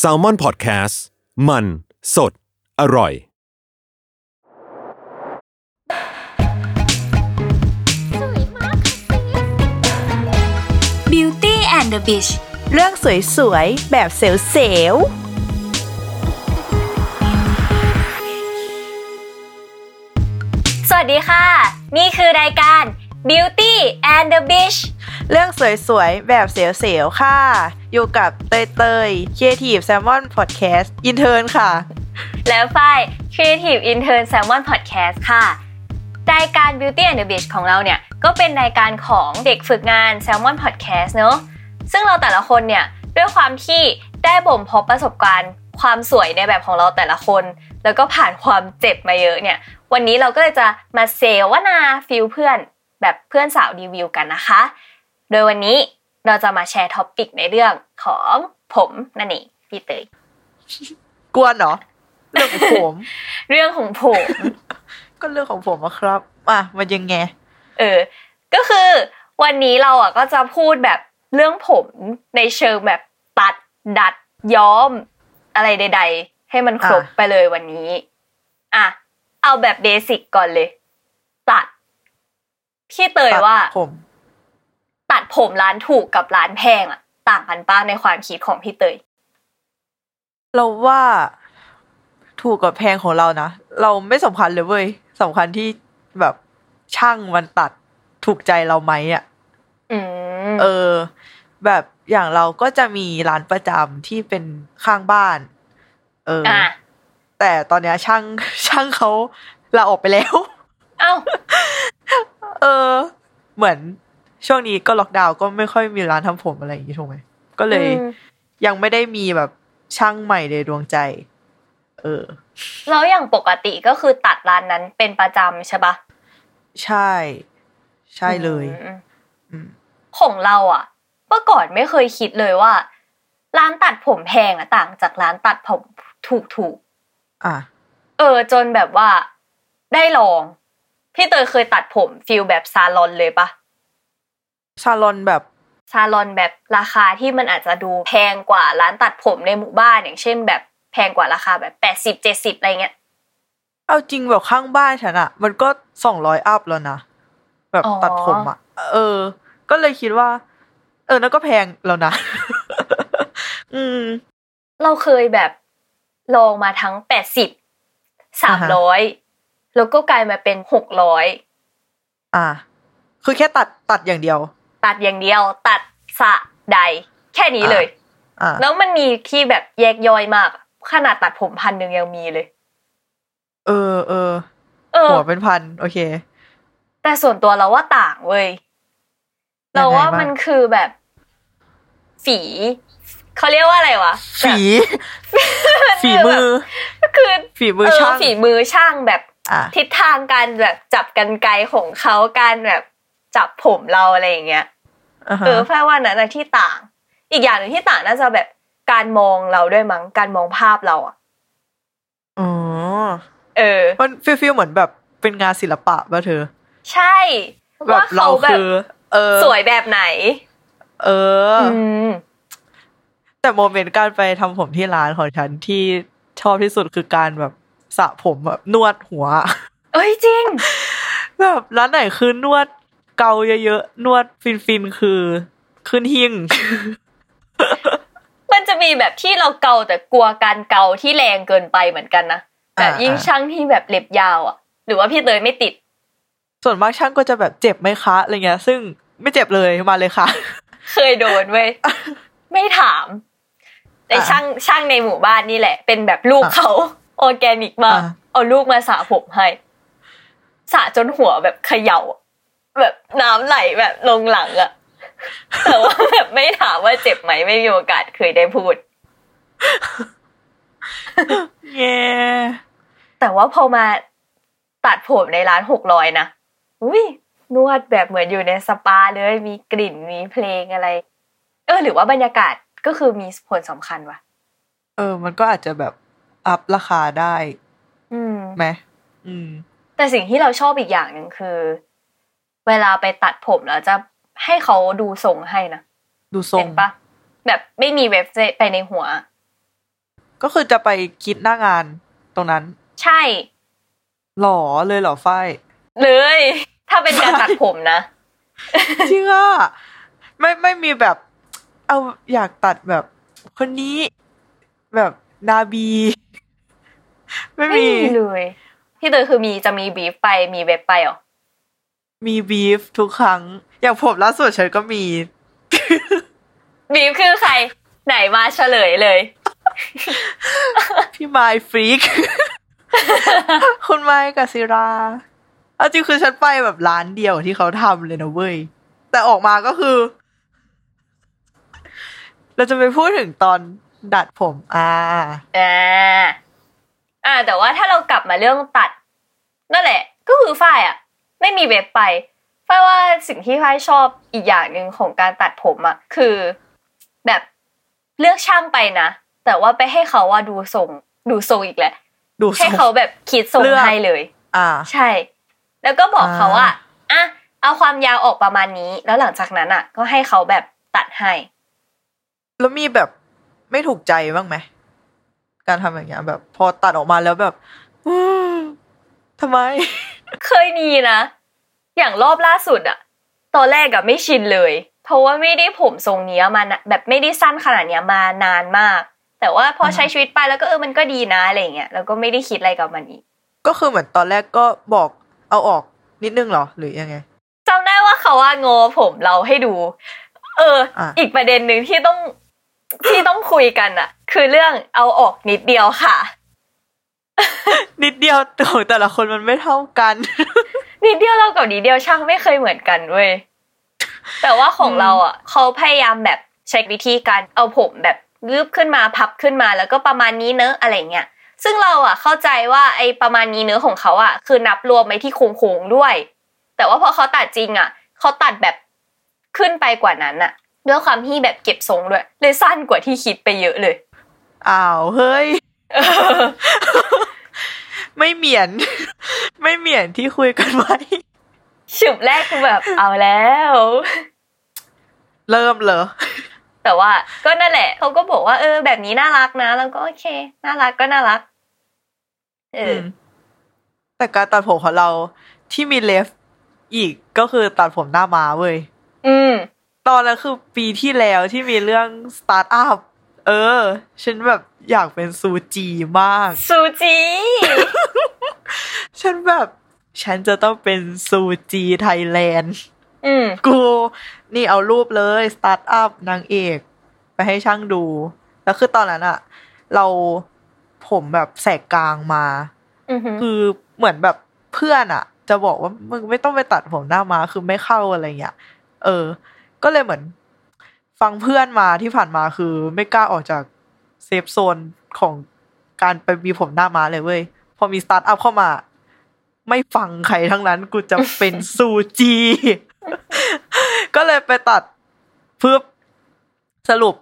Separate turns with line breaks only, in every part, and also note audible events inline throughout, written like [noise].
s a l ม o n PODCAST มันสดอร่อย
Beauty and the Beast
เรื่องสวยๆ แบบเซลล์
สวัสดีค่ะ นี่คือรายการ Beauty and the Beast
ๆเรื่องสวยๆ แบบเซลล์ๆค่ะ อยู่กับเตยเตยๆ Creative Salmon Podcast อินเทอร์ค่ะ
แล้วฝ้าย Creative Intern Salmon Podcast ค่ะ รายการ Beauty and the Beast ของเราเนี่ย ก็เป็นรายการของเด็กฝึกงาน Salmon Podcast เนอะซึ่งเราแต่ละคนเนี่ย ด้วยความที่ได้บ่มเพาะประสบการณ์ ความสวยในแบบของเราแต่ละคน แล้วก็ผ่านความเจ็บมาเยอะเนี่ย วันนี้เราก็เลยจะมาเซวนาฟิลเพื่อน แบบเพื่อนสาวรีวิวกันนะคะ โดยวันนี้เราจะมาแชร์ท็อปิกในเรื่องของผมนั่นเองพี่เตย
กวนเหรอ เรื่องของผม [laughs]
เรื่องของผม
ก็เรื่องของผมอะครับ อ่ะ มันยังไง
เออ ก็คือวันนี้เราอ่ะก็จะพูดแบบเรื่องผมในเชิงแบบตัด ดัด ย้อม อะไรใด ๆ ให้มันครบ
อ่ะ
ไปเลยวันนี้ อ่ะ เอาแบบเบสิกก่อนเลย ตัด พี่เตยว่า
ผม
ตัดผมร้านถูกกับร้านแพงอ่ะ ต่างกันป้าในความคิดของพี่เตย
เราว่าถูกกับแพงของเรานะ เราไม่สำคัญเลยเว้ยสำคัญที่แบบช่างมันตัดถูกใจเราไหมอะ
อืม
เออ แบบอย่างเราก็จะมีร้านประจำที่เป็นข้างบ้าน เอออ
อ่ะ
แต่ตอนเนี้ยช่าง [laughs] ช่างเขาลาออกไปแล้ว [laughs]
เอ้า
เออ เหมือนช่วงนี้ก็ล็อกดาวน์ก็ไม่ค่อยมีร้านทำผมอะไรอย่างงี้ถูกไหมก็เลย
อืม
ยังไม่ได้มีแบบช่างใหม่ในดวงใจ เออ
แล้วอย่างปกติก็คือตัดร้านนั้นเป็นประจำใช่ปะ
ใช่ ใช่เลย
อืม
อืม
ของเราอ่ะเมื่อก่อนไม่เคยคิดเลยว่า ร้านตัดผมแพงอ่ะต่างจากร้านตัดผมถูกถูก
อ่ะ
ๆเออ จนแบบว่าได้ลอง พี่เตยเคยตัดผมฟิลแบบซาลอนเลยปะ
ซาลอนแบบ
ซาลอนแบบราคาที่มันอาจจะดูแพงกว่าร้านตัดผมในหมู่บ้านอย่างเช่น แบบแพงกว่าราคาแบบแปดสิบเจ็ดสิบอะไรเงี้ย
เอาจริงแบบข้างบ้านฉันอะมันก็สองร้อยอัพแล้วนะ แบบ
อ๋อ
ตัดผมอะเออ ก็เลยคิดว่า เออนั่นก็แพงแล้วนะ [laughs] อืม
เราเคยแบบลองมาทั้งแปดสิบสามร้อยแล้วก็กลายมาเป็นหกร้อย
อ่ะคือแค่ตัดตัดอย่างเดียว
ตัดอย่างเดียวตัดสะใด แค่นี้เลย
อ่ะ
แล้วมันมีที่แบบแยกย่อยมาก ขนาดตัดผมพันหนึ่งยังมีเลย
เออเออ
เออ
หัวเป็นพัน โอเค
แต่ส่วนตัวเราว่าต่างเว้ยเราว่ามันคือแบบ ฝีเขาเรียกว่าอะไรวะ
ฝี
แบบ [laughs]
ฝีมือ
แบบคือ
ฝีมือช่าง
เฝีมือช่างแบบ
อ่ะ
ทิศทางการแบบจับกันไกลของเขาการแบบจับผมเราอะไรอย่างเงี้ย
อ่ะฮะ
เออแพรว่านั้นนะที่ต่าง อีกอย่างหนึ่งที่ต่างน่าจะแบบการมองเราด้วยมั้ง การมองภาพเราอ่ะ
อ๋อ
เออ
มันฟิลฟิลเหมือนแบบเป็นงานศิลปะป่ะเธอ
ใช่
แบ
ว่า
บเรา
เขาแบบ
คือ เออ
สวยแบบไหน
เอออ
อืม
แต่โมเมนต์การไปทำผมที่ร้านของฉันที่ชอบที่สุดคือการแบบสระผมแบบนวดหัว [laughs]
เอ้ยจริง
แบบร้านไหนคือนวดเกาเยอะๆนวดฟินๆคือ ขึ้นหิ่ง [laughs]
มันจะมีแบบที่เราเกาแต่กลัวการเกาที่แรงเกินไปเหมือนกันนะแบบ
อ่า
ยิ่งช่างที่แบบเล็บยาวอ่ะ หรือว่าพี่เตยไม่ติด
ส่วนมากช่างก็จะแบบเจ็บไหมคะอะไรเงี้ย ซึ่งไม่เจ็บเลยมาเลยค่ะ [laughs]
เคยโดนเว้ย ไม่ถาม แต่
อ่ะ
ช่างช่างในหมู่บ้านนี่แหละ เป็นแบบลูก
อ่ะ
เขาออร์แกนิกมาก
อ่ะ
เอาลูกมาสระผมให้สระจนหัวแบบเขย่าอะแบบน้ำไหลแบบลงหลังอะแต่ว่าแบบไม่ถามว่าเจ็บไหมไม่มีโอกาสเคยได้พูด
เย่
แต่ว่าพอมาตัดผมในร้านหกร้อยนะอุ้ยนวดแบบเหมือนอยู่ในสปาเลยมีกลิ่นมีเพลงอะไร เออ หรือว่าบรรยากาศก็คือมีผลสำคัญว่ะ
เออ มันก็อาจจะแบบอัพราคาได้
อืม
ไหมอืม
แต่สิ่งที่เราชอบอีกอย่างหนึ่งคือ เวลาไปตัดผมแล้วจะให้เขาดูทรงให้นะ
ดูทร
เห็
ง
นปะ แบบไม่มีเว็บไปในหัว
ก็คือจะไปคิดหน้างานตรงนั้น
ใช่
หรอเลยเหรอฝ้าย
เลย ถ้าเป็นการตัดผมนะ
จริงอ่ะไม่ไม่มีแบบ เอาอยากตัดแบบ คนนี้ แบบนาบี [laughs] ไม่
ไม่
มี
มีเลยพี่เตยคือมีจะมีบีฟไปมีเว็บไปเหรอ
มีบีฟทุกครั้ง อย่างผมล่าสุดฉันก็มี
บีฟคือใคร ไหนมาเฉลยเลย
พี่ไมค์ฟรีก [laughs] คุณไมค์กับซิราเอาจริงคือฉันไปแบบร้านเดียวที่เขาทำเลยนะเว้ย แต่ออกมาก็คือ เราจะไปพูดถึงตอนดัดผมอ่า
อ่าอ่า แต่ว่าถ้าเรากลับมาเรื่องตัด นั่นแหละ ก็คือฝ้ายอ่ะ ไม่มีเว็บไปฝ้ายว่าสิ่งที่ฝ้ายชอบอีกอย่างหนึ่งของการตัดผมอ่ะคือแบบเลือกช่างไปนะ แต่ว่าไปให้เขาว่าดูทรง ดูทรงอีกแหละ
ดู
ให้
ทรง
เขาแบบคิดทรง
เลือก
ให้เลย
อ่า
ใช่ แล้วก็บอกเขาว่า
อ่า
อ่ะเอาความยาวออกประมาณนี้ แล้วหลังจากนั้นอ่ะ ก็ให้เขาแบบตัดให้
แล้วมีแบบไม่ถูกใจบ้างไหม การทำอย่างเงี้ยแบบ พอตัดออกมาแล้วแบบ [gasps] อืมทำไม
เคยมีนะ อย่างรอบล่าสุดอะตอนแรกอะไม่ชินเลย เพราะว่าไม่ได้ผมทรงเนี้ยมานะแบบไม่ได้สั้นขนาดเนี้ยมานานมาก แต่ว่าพอใช้ชีวิตไปแล้วก็เออมันก็ดีนะอะไรอย่างเงี้ยแล้วก็ไม่ได้คิดอะไรกับมันอีก
ก็คือเหมือนตอนแรกก็บอกเอาออกนิดนึงเหรอ หรือยังไง
จำได้ว่าเขาว่างอผมเราให้ดู เออ
อ่ะ
อีกประเด็นหนึ่งที่ต้องที่ต้องคุยกันอะคือเรื่องเอาออกนิดเดียวค่ะ
นิดเดียวของแต่ละคนมันไม่เท่ากัน
นิดเดียวเรากับนิดเดียวช่างไม่เคยเหมือนกันเว้ย แต่ว่าของเราอ่ะเขาพยายามแบบใช้วิธีการเอาผมแบบงืบขึ้นมาพับขึ้นมาแล้วก็ประมาณนี้เนอะอะไรเงี้ย ซึ่งเราอ่ะเข้าใจว่าไอ้ประมาณนี้เนอะของเขาอ่ะคือนับรวมไปที่โค้งๆด้วย แต่ว่าพอเขาตัดจริงอ่ะเขาตัดแบบขึ้นไปกว่านั้นอ่ะ ด้วยความที่แบบเก็บทรงด้วยเลยสั้นกว่าที่คิดไปเยอะเลย
[laughs] อ้าวเฮ้ย [laughs] ไม่เหมียน [laughs] ไม่เหมียนที่คุยกันไว้ [laughs]
ฉุบแรกคือแบบเอาแล้ว
เริ่มเหรอ
แต่ว่าก็นั่นแหละเขาก็บอกว่าเออแบบนี้น่ารักนะ แล้วก็โอเค น่ารักก็น่ารัก เอออ
มแต่การตัดผมของเราที่มีเลฟอีกก็คือตัดผมหน้าม้าเว้ย
อืม
ตอนนั้นคือปีที่แล้วที่มีเรื่องสตาร์ทอัพเออ ฉันแบบอยากเป็นซูจีมาก
ซูจี
ฉันแบบ ฉันจะต้องเป็นซูจีไทยแลนด์
อืม
กู นี่เอารูปเลยสตาร์ทอัพนางเอก ไปให้ช่างดู แล้วคือตอนนั้นอะเราผมแบบแสกกลางมา
อือหือ
คือเหมือนแบบเพื่อนอะจะบอกว่ามึงไม่ต้องไปตัดผมหน้ามาคือไม่เข้าอะไรเงี้ยเออ ก็เลยเหมือน ฟังเพื่อนมาที่ผ่านมาคือ ไม่กล้าออกจากเซฟโซนของการไปมีผมหน้ามาเลยเว้ยพอมีสตาร์ทอัพเข้ามา ไม่ฟังใครทั้งนั้น กูจะเป็นซูจี [laughs] ก็เลยไปตัดเพื่อสรุป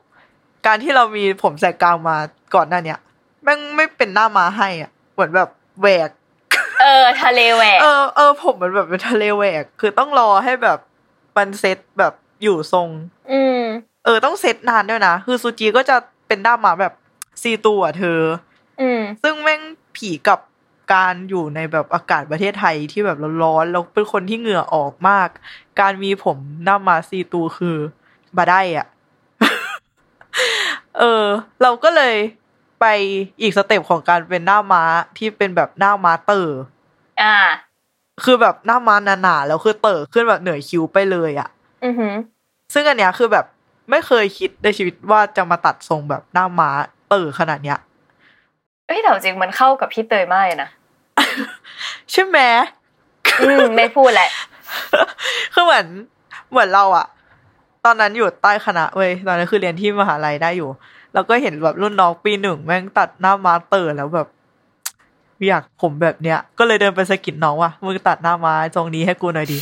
การที่เรามีผมแสกกลางมาก่อนหน้าเนี้ยแม่งไม่เป็นหน้ามาให้อ่ะเหมือนแบบแหวก
เออ ทะเลแหวก
เออเออผมมันแบบเป็นทะเลแหวก คือต้องรอให้แบบมันเซ็ตแบบอยู่ทรง
อืม
เออต้องเซ็ตนานด้วยนะ คือซูจีก็จะเป็นด้ามหมาแบบซีตัวเธอ
อืม
ซึ่งแม่งผีกับการอยู่ในแบบอากาศประเทศไทยที่แบบร้อนๆแล้วเป็นคนที่เหงื่อออกมาก การมีผมหน้ามาซีตูคือบาได้อะ [laughs] เออ เราก็เลยไปอีกสเต็ปของการเป็นหน้าม้าที่เป็นแบบหน้าม้าเตอร์
อ่า
คือแบบหน้าม้าหนาๆแล้วคือเติร์ขึ้นแบบเหนือคิ้วไปเลยอะ
อือหือ
ซึ่งอันเนี้ยคือแบบไม่เคยคิดในชีวิตว่าจะมาตัดทรงแบบหน้าม้าเติร์ขนาดเนี้ย
เอ้ยแต่จริงมันเข้ากับพี่เตยมากเลยนะ
ใช่ไหม
อื
[laughs]
ม ไม่พูดแหละ
คือเหมือนเหมือนเราอะตอนนั้นอยู่ใต้คณะเว้ยตอนนั้นคือเรียนที่มหาลัยได้อยู่เราก็เห็นแบบรุ่นน้องปีหนึ่งแม่งตัดหน้าม้าเตอร์แล้วแบบ อยากผมแบบเนี้ย ก็เลยเดินไปสะกิดน้องว่ามึงตัดหน้าม้าตรงนี้ให้กูหน่อย
[laughs]
ดี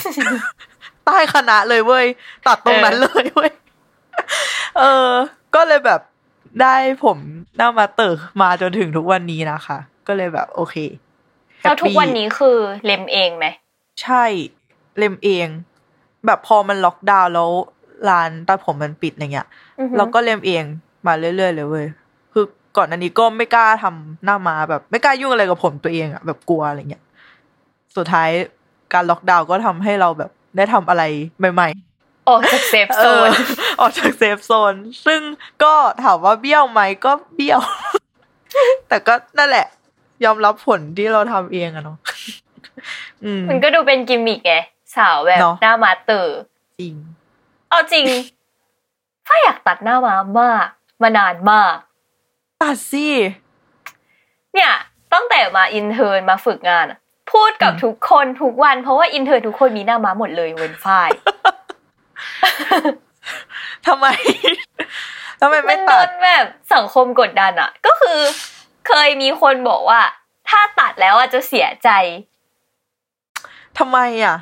ใต้คณะเลยเว้ยตัดตรงนั้นเลยเว้ย [laughs] เออ ก็เลยแบบได้ผมหน้าม้าเตอร์มาจนถึงทุกวันนี้นะคะ ก็เลยแบบโอเค
แล้วทุก
happy
วันนี้คือเล็มเองไหม
ใช่ เล็มเอง แบบพอมันล็อกดาวน์แล้ว ร้านตัดผมมันปิดอะไรเงี้ย
อือฮึ
เราก็เล็มเองมาเรื่อยๆเลยเว้ยคือก่อนอันนี้ก็ไม่กล้าทำหน้ามาแบบไม่กล้ายุ่งอะไรกับผมตัวเองอะแบบกลัวอะไรเงี้ยสุดท้ายการล็อกดาวน์ก็ทำให้เราแบบได้ทำอะไรใหม่ ๆ
ออกจากเซฟโซน
เออ [laughs] ออกจากเซฟโซน ซึ่งก็ถามว่าเบี้ยวไหมก็เบี้ยว [laughs] แต่ก็นั่นแหละ ยอมรับผลที่เราทำเองอะเนา [laughs] ะอืม
มันก็ดูเป็นกิมมิกไงสาวแบบ
เนอะ
หน้ามาเตอร์
จริง
เอาจริง ถ้าอยากตัดหน้ามามาก มานานมาก
ตัดสิ
เนี่ยตั้งแต่มาอินเทอร์นมาฝึกงานอะพูดกับ
อืม
ทุกคนทุกวันเพราะว่าอินเทอร์นทุกคนมีหน้าม้าหมดเลยเว้นฝ้าย
ทำไม [laughs] ทำไม
มั
ไม่
นโด
ตัด
นแบบสังคมกดดันอ่ะ ก็คือ เคยมีคนบอกว่า ถ้าตัดแล้วอ่ะจะเสียใจ
ทำไมอ่ะ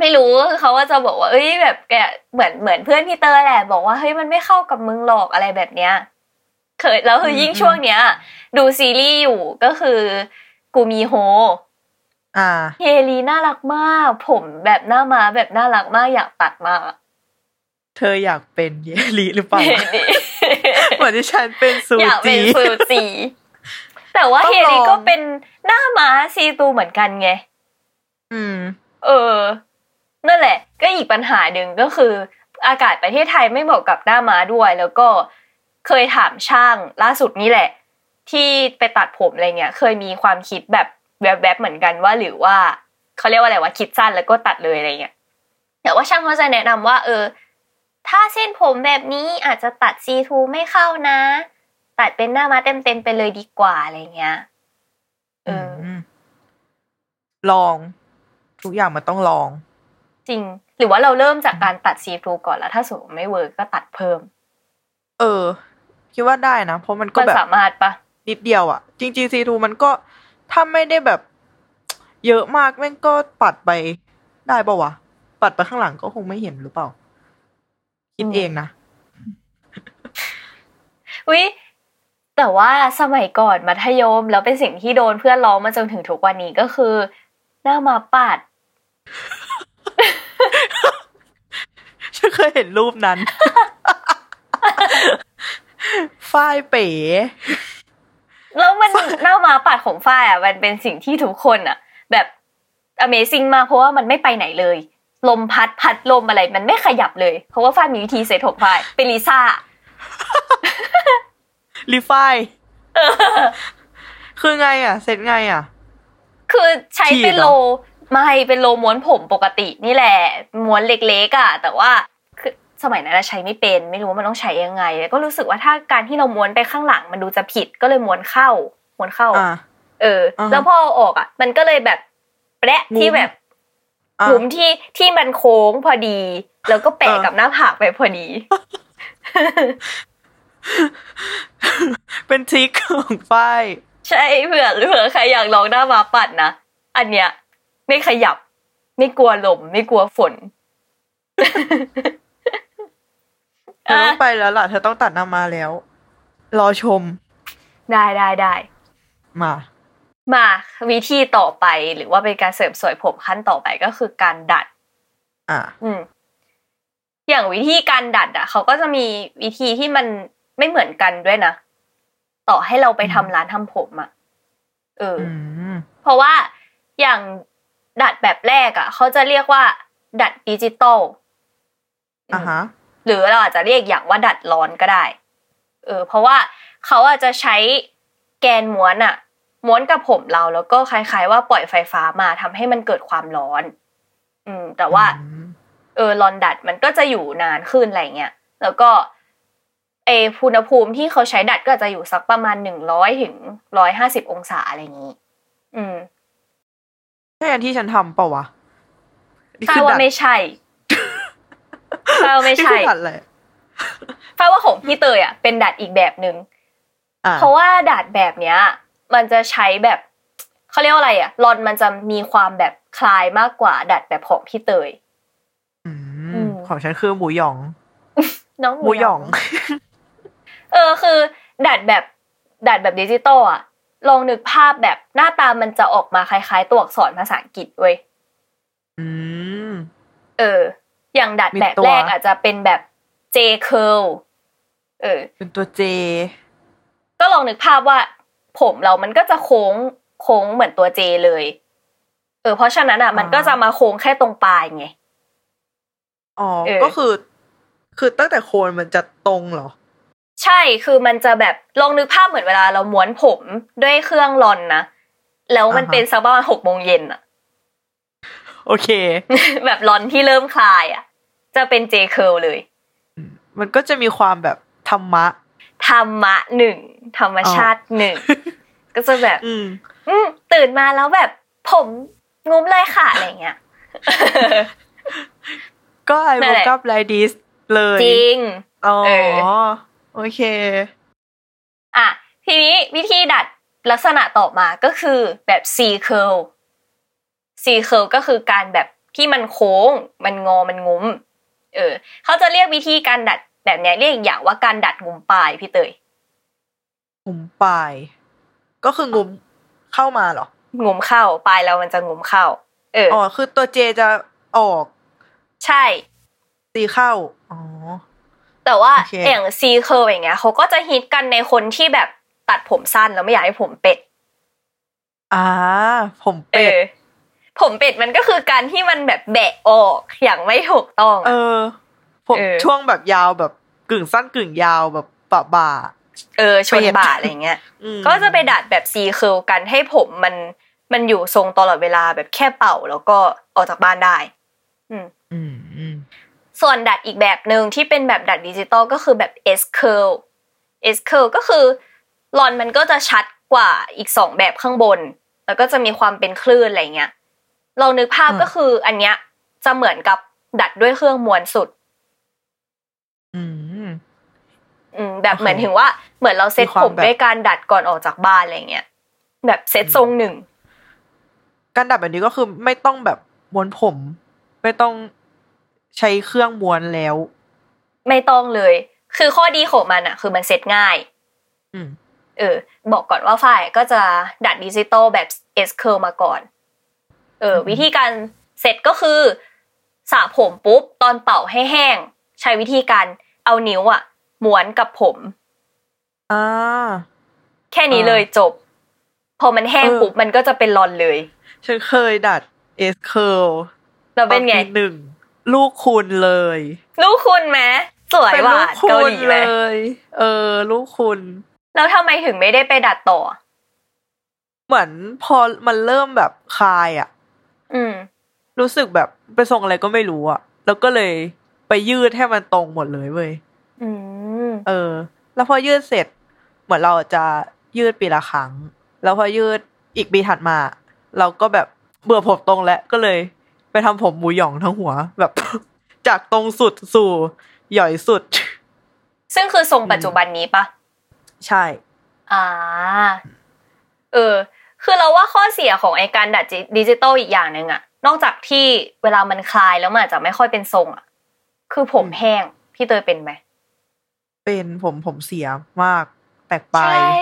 ไม่รู้คือเขาว่าจะบอกว่าเอ้ยแบบแกเหมือนเหมือนเพื่อนพี่เตยแหละบอกว่าเฮ้ยมันไม่เข้ากับมึงหรอกอะไรแบบเนี้ยเคยแล้วคือ
ม
ยิ่งช่วงเนี้ย ดูซีรีส์อยู่ก็คือ กูมีโฮ
อ่า
เฮลีน่ารักมาก ผมแบบหน้ามาแบบน่ารักมากอยากตัดมาก
เธออยากเป็นเยลีหรือเปล่า
เฮลี
[laughs] เหมือนที่ฉันเป็นซู
อยากเป็
จี
นซูจีแต่ว่า
ต้อง
เฮลี
ลอง
ก็เป็นหน้ามาซีตูเหมือนกันไง
อืม
เออ นั่นแหละ ก็อีกปัญหาหนึ่งก็คือ อากาศประเทศไทยไม่เหมาะกับหน้าม้าด้วย แล้วก็เคยถามช่างล่าสุดนี่แหละ ที่ไปตัดผมอะไรเงี้ย เคยมีความคิดแบบแวบๆเหมือนกันว่าหรือว่าเขาเรียกว่าอะไรว่าคิดสั้นแล้วก็ตัดเลยอะไรเงี้ยแต่ว่าช่างเขาจะแนะนำว่า เออ ถ้าเส้นผมแบบนี้อาจจะตัดซีทูไม่เข้านะ ตัดเป็นหน้าม้าเต็มๆไปเลยดีกว่าอะไรเงี้ยเอออ
มลอง ทุกอย่างมันต้องลอง
จริง หรือว่าเราเริ่มจากการตัดซีทรูก่อนแล้ว ถ้าสมมติไม่เวิร์กก็ตัดเพิ่ม
เออ คิดว่าได้นะ เพราะมันก็
มัน
แบบ
สามารถปะ
นิดเดียวอะ่ะ จริงๆซีทูมันก็ถ้าไม่ได้แบบ เยอะมากแม่งก็ปัดไปได้ปะวะ ปัดไปข้างหลังก็คงไม่เห็นหรือเปล่า คิดเองนะ
วิแต่ว่าสมัยก่อนมัธยมแล้วเป็นสิ่งที่โดนเพื่อนล้อมาจนถึงทุกวันนี้ก็คือ หน้ามาปาด
[laughs] ฉันเคยเห็นรูปนั้น [laughs] ฝ้ายเป๋
แล้ว
[laughs]
มัน หน้ามาปาดของฝ้ายอ่ะมันเป็นสิ่งที่ทุกคนอ่ะ แบบ Amazing มากเพราะว่ามันไม่ไปไหนเลย ลมพัดพัดลมอะไร มันไม่ขยับเลย เพราะว่าฝ้ายมีวิธีเซตของฝ้ายเป็นลิซ่า
ลิฝ้าย คือไงอะ่ะ เสร็จไงอะ่ะ
คือใช้เป็น
ฉีดเหร
โล
อ
ไม่เป็นโลม้วนผมปกตินี่แหละม้วนเล็กๆอ่ะ แต่ว่าคือสมัยนั้นอะใช้ไม่เป็นไม่รู้ว่ามันต้องใช้ยังไง แล้วก็รู้สึกว่าถ้าการที่เราม้วนไปข้างหลังมันดูจะผิดก็เลยม้วนเข้าม้วนเข้า
อ่ะ
เออ
อ่าฮะ
แล้วพอเอาออกอ่ะ มันก็เลยแบบแปะ
มุม
ที่แบบ
อ่ะ
มุมที่ที่มันโค้งพอดี แล้วก็แปะ
อ่ากั
กับหน้าผากไปพอดี
เป็นทริคของฝ้าย
ใช่เผื่อเผื่อใครอยากลองหน้ามาปัดนะอันเนี้ยไม่ขยับ ไม่กลัวลม ไม่กลัวฝน
เธอต้องไปแล้วล่ะ เธอต้องตัดหน้ามาแล้ว รอชม
ได้ได้ได้
มา
มาวิธีต่อไปหรือว่าเป็นการเสริมสวยผมขั้นต่อไปก็คือการดัด
อ่ะ
อืม อย่างวิธีการดัดอ่ะเขาก็จะมีวิธีที่มันไม่เหมือนกันด้วยนะ ต่อให้เราไปทำร้านทำผมอ่ะเอออ
อืม
เพราะว่าอย่างดัดแบบแรกอ่ะเขาจะเรียกว่า ดัดดิจิตอล
อ่ะฮะ
หรือเราอาจจะเรียกอย่างว่าดัดร้อนก็ได้ เออ เพราะว่าเขาอาจจะใช้แกนม้วนอะม้วนกับผมเราแล้วก็คล้ายๆว่าปล่อยไฟฟ้ามาทำให้มันเกิดความร้อน อืม แต่ว่า เออลอนดัดมันก็จะอยู่นานขึ้นอะไรเงี้ย แล้วก็เอออุณหภูมิที่เขาใช้ดัดก็อาจจะอยู่สักประมาณหนึ่งร้อยถึงร้อยห้าสิบองศาอะไรอย่างนี้ อืม
ใช่อันที่ฉันทำเปล่าวะนี่
ถ้า
คือ
ว่า
ดัด
ไม่ใช่
[laughs]
ถ้าว่าไม่
นี่
ใช่
คือดัดเลย
ถ้าว่าของพี่เตยอ่ะเป็นดัดอีกแบบหนึ่ง
อ่ะ
เพราะว่าดาดแบบเนี้ย มันจะใช้แบบเขาเรียกว่าอะไรอะลอนมันจะมีความแบบคลายมากกว่าดัดแบบของพี่เตย
อื
อื
ม
ม
ของฉันคือหมูหยอง
น้อง
หมูหยอง
เออคือดัดแบบดัดแบบดิจิตอลอะลองนึกภาพแบบหน้าตามันจะออกมาคล้ายๆ ตัวอักษรภาษาอังกฤษเว้ย
อืม
เออ อย่างดัด
มี
แบบ
ตัว
แรกอาจจะเป็นแบบ J curl เออ
เป็นตัวเจ
ก็ลองนึกภาพว่า ผมเรามันก็จะโค้งโค้งเหมือนตัวเจเลย เออ เพราะฉะนั้นอ่ะ มัน
อ่า
ก็จะมาโค้งแค่ตรงปลายไง
อ๋อ
เออ
ก็คือ คือตั้งแต่โคนมันจะตรงเหรอ
ใช่คือมันจะแบบลองนึกภาพเหมือนเวลาเราม้วนผมด้วยเครื่องรอนนะ แล้วมัน
อ่าฮะ
เป็นสักประมาณหกโมงเย็นอ่ะ [laughs]
โอเค
แบบรอนที่เริ่มคลายอ่ะ จะเป็นเจเคิลเลย
มันก็จะมีความแบบธรรมะ
ธรรมะหนึ่ง ธรรมชาติหนึ่ง ก็จะแบบ
อืม
อืมตื่นมาแล้วแบบผมงุ้มเลยค่ะ อะไรเงี้ย
ก็ไอ
นั่
บุ
นแหละ
กับไลดิสเลย
จริง
อ๋อ
เออ
โอเค
อ่ะ ทีนี้วิธีดัดลักษณะต่อมาก็คือแบบ C curl C curl ก็คือการแบบที่มันโค้ง มันงอมันงุ้ม เออ เขาจะเรียกวิธีการดัดแบบเนี้ยเรียกอีกอย่างว่าการดัดงุ้มปลายพี่เตย
งุมปลาย ก็คืองุมเข้ามาเหรอ
งุ้มเข้าปลายเรามันจะงุ้มเข้า เออ
อ๋อ คือตัวเจจะออก
ใช่
ตีเข้า อ๋อ
แต่ว่า
โอเค
อย่างซีเคิลอย่างเงี้ยเขาก็จะฮิตกันในคนที่แบบตัดผมสั้นแล้วไม่อยากให้ผมเป็ด
อ่า ผม
เอ
เป็
อ
ด
ผมเป็ดมันก็คือการที่มันแบบแบะออกอย่างไม่ถูกต้อง
เอ
อะ
อ ผม
เออ
ช่วงแบบยาวแบบกึ่งสั้นกึ่งยาวแบบปะบ่า
เออชน
เป็ด
บาอะไรเงี้ย
อืม
ก็จะไปดัดแบบซีเคิลกันให้ผมมันมันอยู่ทรงตลอดเวลาแบบแค่เป่าแล้วก็ออกจากบ้านได้ อืม
อืมอืม
ส่วนดัดอีกแบบหนึ่งที่เป็นแบบดัดดิจิตอลก็คือแบบ S curl S curl ก็คือลอนมันก็จะชัดกว่าอีกสองแบบข้างบน แล้วก็จะมีความเป็นคลื่นอะไรเงี้ยลองนึกภาพ
อ่า
ก็คืออันเนี้ยจะเหมือนกับดัดด้วยเครื่องม้วนสุด
อืม
อืมแบบ
โอเค
เหมือนถึงว่าเหมือนเราเซ็ต
มีความ
ผม
แบบ
ด้วยการดัดก่อนออกจากบ้านอะไรเงี้ยแบบเซ็ตทรงหนึ่ง
การดัดแบบนี้ก็คือไม่ต้องแบบม้วนผม ไม่ต้องใช้เครื่องม้วนแล้ว
ไม่ต้องเลย คือข้อดีของมันอะคือมันเซ็ตง่าย
อืม
เออ บอกก่อนว่าฝ่ายก็จะดัดดิจิตอลแบบ S curl มาก่อน เออ
อืม
วิธีการเสร็จก็คือสระผมปุ๊บ ตอนเป่าให้แห้ง ใช้วิธีการเอานิ้วอะม้วนกับผม
อ่า
แค่นี้เลยจบ พอมันแห้ง
เออ
ปุ๊บ มันก็จะเป็นรอนเลย
ฉันเคยดัดเอสเคิล
เราเป็นไง
หนึ่ง ลูกคุณเลย
ลูกคุณไหมสวย
เป็น
ห
ลู
วาก น
คุ
เกา
ณ
หลีไห
เล
ม
ย เออ ลูกคุณ
แล้วทำไมถึงไม่ได้ไปดัดต่อ
เหมือนพอมันเริ่มแบบคลายอะ
อืม
รู้สึกแบบไปส่งอะไรก็ไม่รู้อะแล้วก็เลยไปยืดให้มันตรงหมดเลยเว้ย
อืม
เออ แล้วพอยืดเสร็จ เหมือนเราจะยืดปีละครั้ง แล้วพอยืดอีกปีถัดมา เราก็แบบเบื่อผมตรงแล้วก็เลย ไปทำผมหมูหยองทั้งหัว แบบ [coughs] จากตรงสุดสู่หย่อยสุด [coughs]
ซึ่งคือทรงปัจจุบันนี้ปะ
ใช่
อ่า เออ คือเราว่าข้อเสียของไอการดัดจิดิจิตอลอีกอย่างหนึ่งอะนอกจากที่เวลามันคลายแล้วมันอาจจะไม่ค่อยเป็นทรงอะคือผมแห้ง พี่เตยเป็นไหม
เป็นผมผมเสียมาก แตกปลาย
ใช่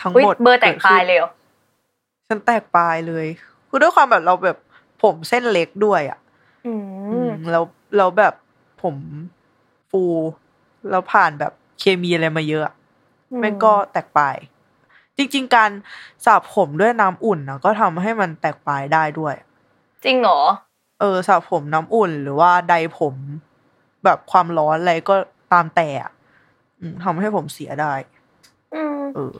ทั้ง
อุ๊ย
หมด
เบอร์แตกปลายเลยเหรอ
กิดขึ้นฉันแตกปลายเลย คือด้วยความแบบเราแบบผมเส้นเล็กด้วยอ่ะ
อื
อื
ม
มแล้วแล้วแบบผมฟูแล้วผ่านแบบเคมีอะไรมาเยอะอะ
อืม
ไม่ก็แตกปลาย จริง ๆ การสระผมด้วยน้ำอุ่นนะก็ทำให้มันแตกปลายได้ด้วย
จริงเหรอ
เออสระผมน้ำอุ่นหรือว่าใดผม แบบความร้อนอะไรก็ตามแต่อะอืมทำให้ผมเสียได้
อืม
เออ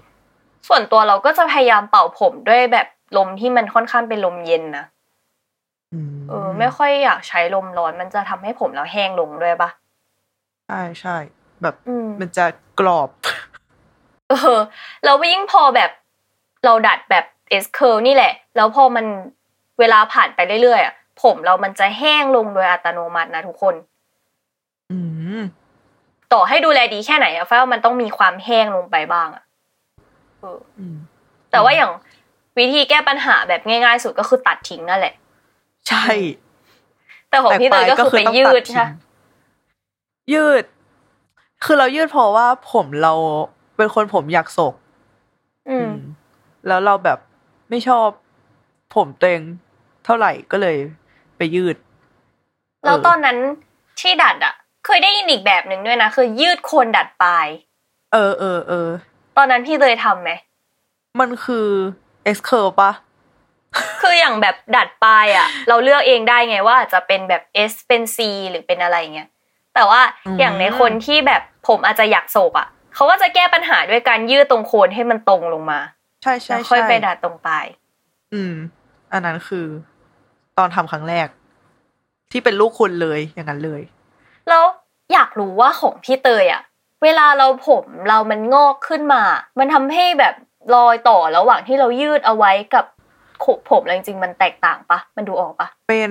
ส่วนตัวเราก็จะพยายามเป่าผมด้วยแบบลมที่มันค่อนข้างเป็นลมเย็นนะ
อืม
เออ ไม่ค่อยอยากใช้ลมร้อนมันจะทำให้ผมเราแห้งลงด้วยปะ
ใช่ใช่แบบ
อืม
มันจะกรอบ
เออแล้วยิ่งพอแบบเราดัดแบบเอสเคิลนี่แหละ แล้วพอมันเวลาผ่านไปเรื่อยๆอะผมเรามันจะแห้งลงโดยอัตโนมัตินะทุกคน
อืม
ต่อให้ดูแลดีแค่ไหนอะฟ้าว่ามันต้องมีความแห้งลงไปบ้างอะเออ
อืม
แต่ว่าอย่างวิธีแก้ปัญหาแบบง่ายๆ สุดก็คือตัดทิ้งนั่นแหละ
ใช่
แต่ของพี่เตยก็คือไป
ต้ง
ยืด
ตัทิ้ง
ใช่ปะ
ยืด คือเรายืดเพราะว่าผมเราเป็นคนผมอยากโศก
อืม
แล้วเราแบบไม่ชอบผมตัวเองเท่าไหร่ก็เลยไปยืด
แล้วตอนนั้นที่ดัดอ่ะ เคยได้ยินอีกแบบหนึ่งด้วยนะคือยืดโคนดัดปลาย
เออเออเออ
ตอนนั้นพี่เลยทำไหม
มันคือ X curve ปะ
คืออย่างแบบดัดปลายอ่ะ เราเลือกเองได้ไงว่าอาจจะเป็นแบบ S เป็น C หรือเป็นอะไรเงี้ยแต่ว่าอย่างในคนที่แบบผมอาจจะอยากโศกอ่ะเขาก็จะแก้ปัญหาด้วยการยืดตรงโคนให้มันตรงลงมา
ใช่ใช่
แล้วค่
ใช่
อยไปดัดตรงปลาย
อืม อันนั้นคือ ตอนทำครั้งแรก ที่เป็นลูกคุณเลยอย่างนั้นเลย
แล้วอยากรู้ว่าของพี่เตยอะเวลาเราผมเรามันงอกขึ้นมา มันทำให้แบบรอยต่อระหว่างที่เรายืดเอาไว้กับขบผมเราจริงๆมันแตกต่างปะมันดูออกปะ
เป็น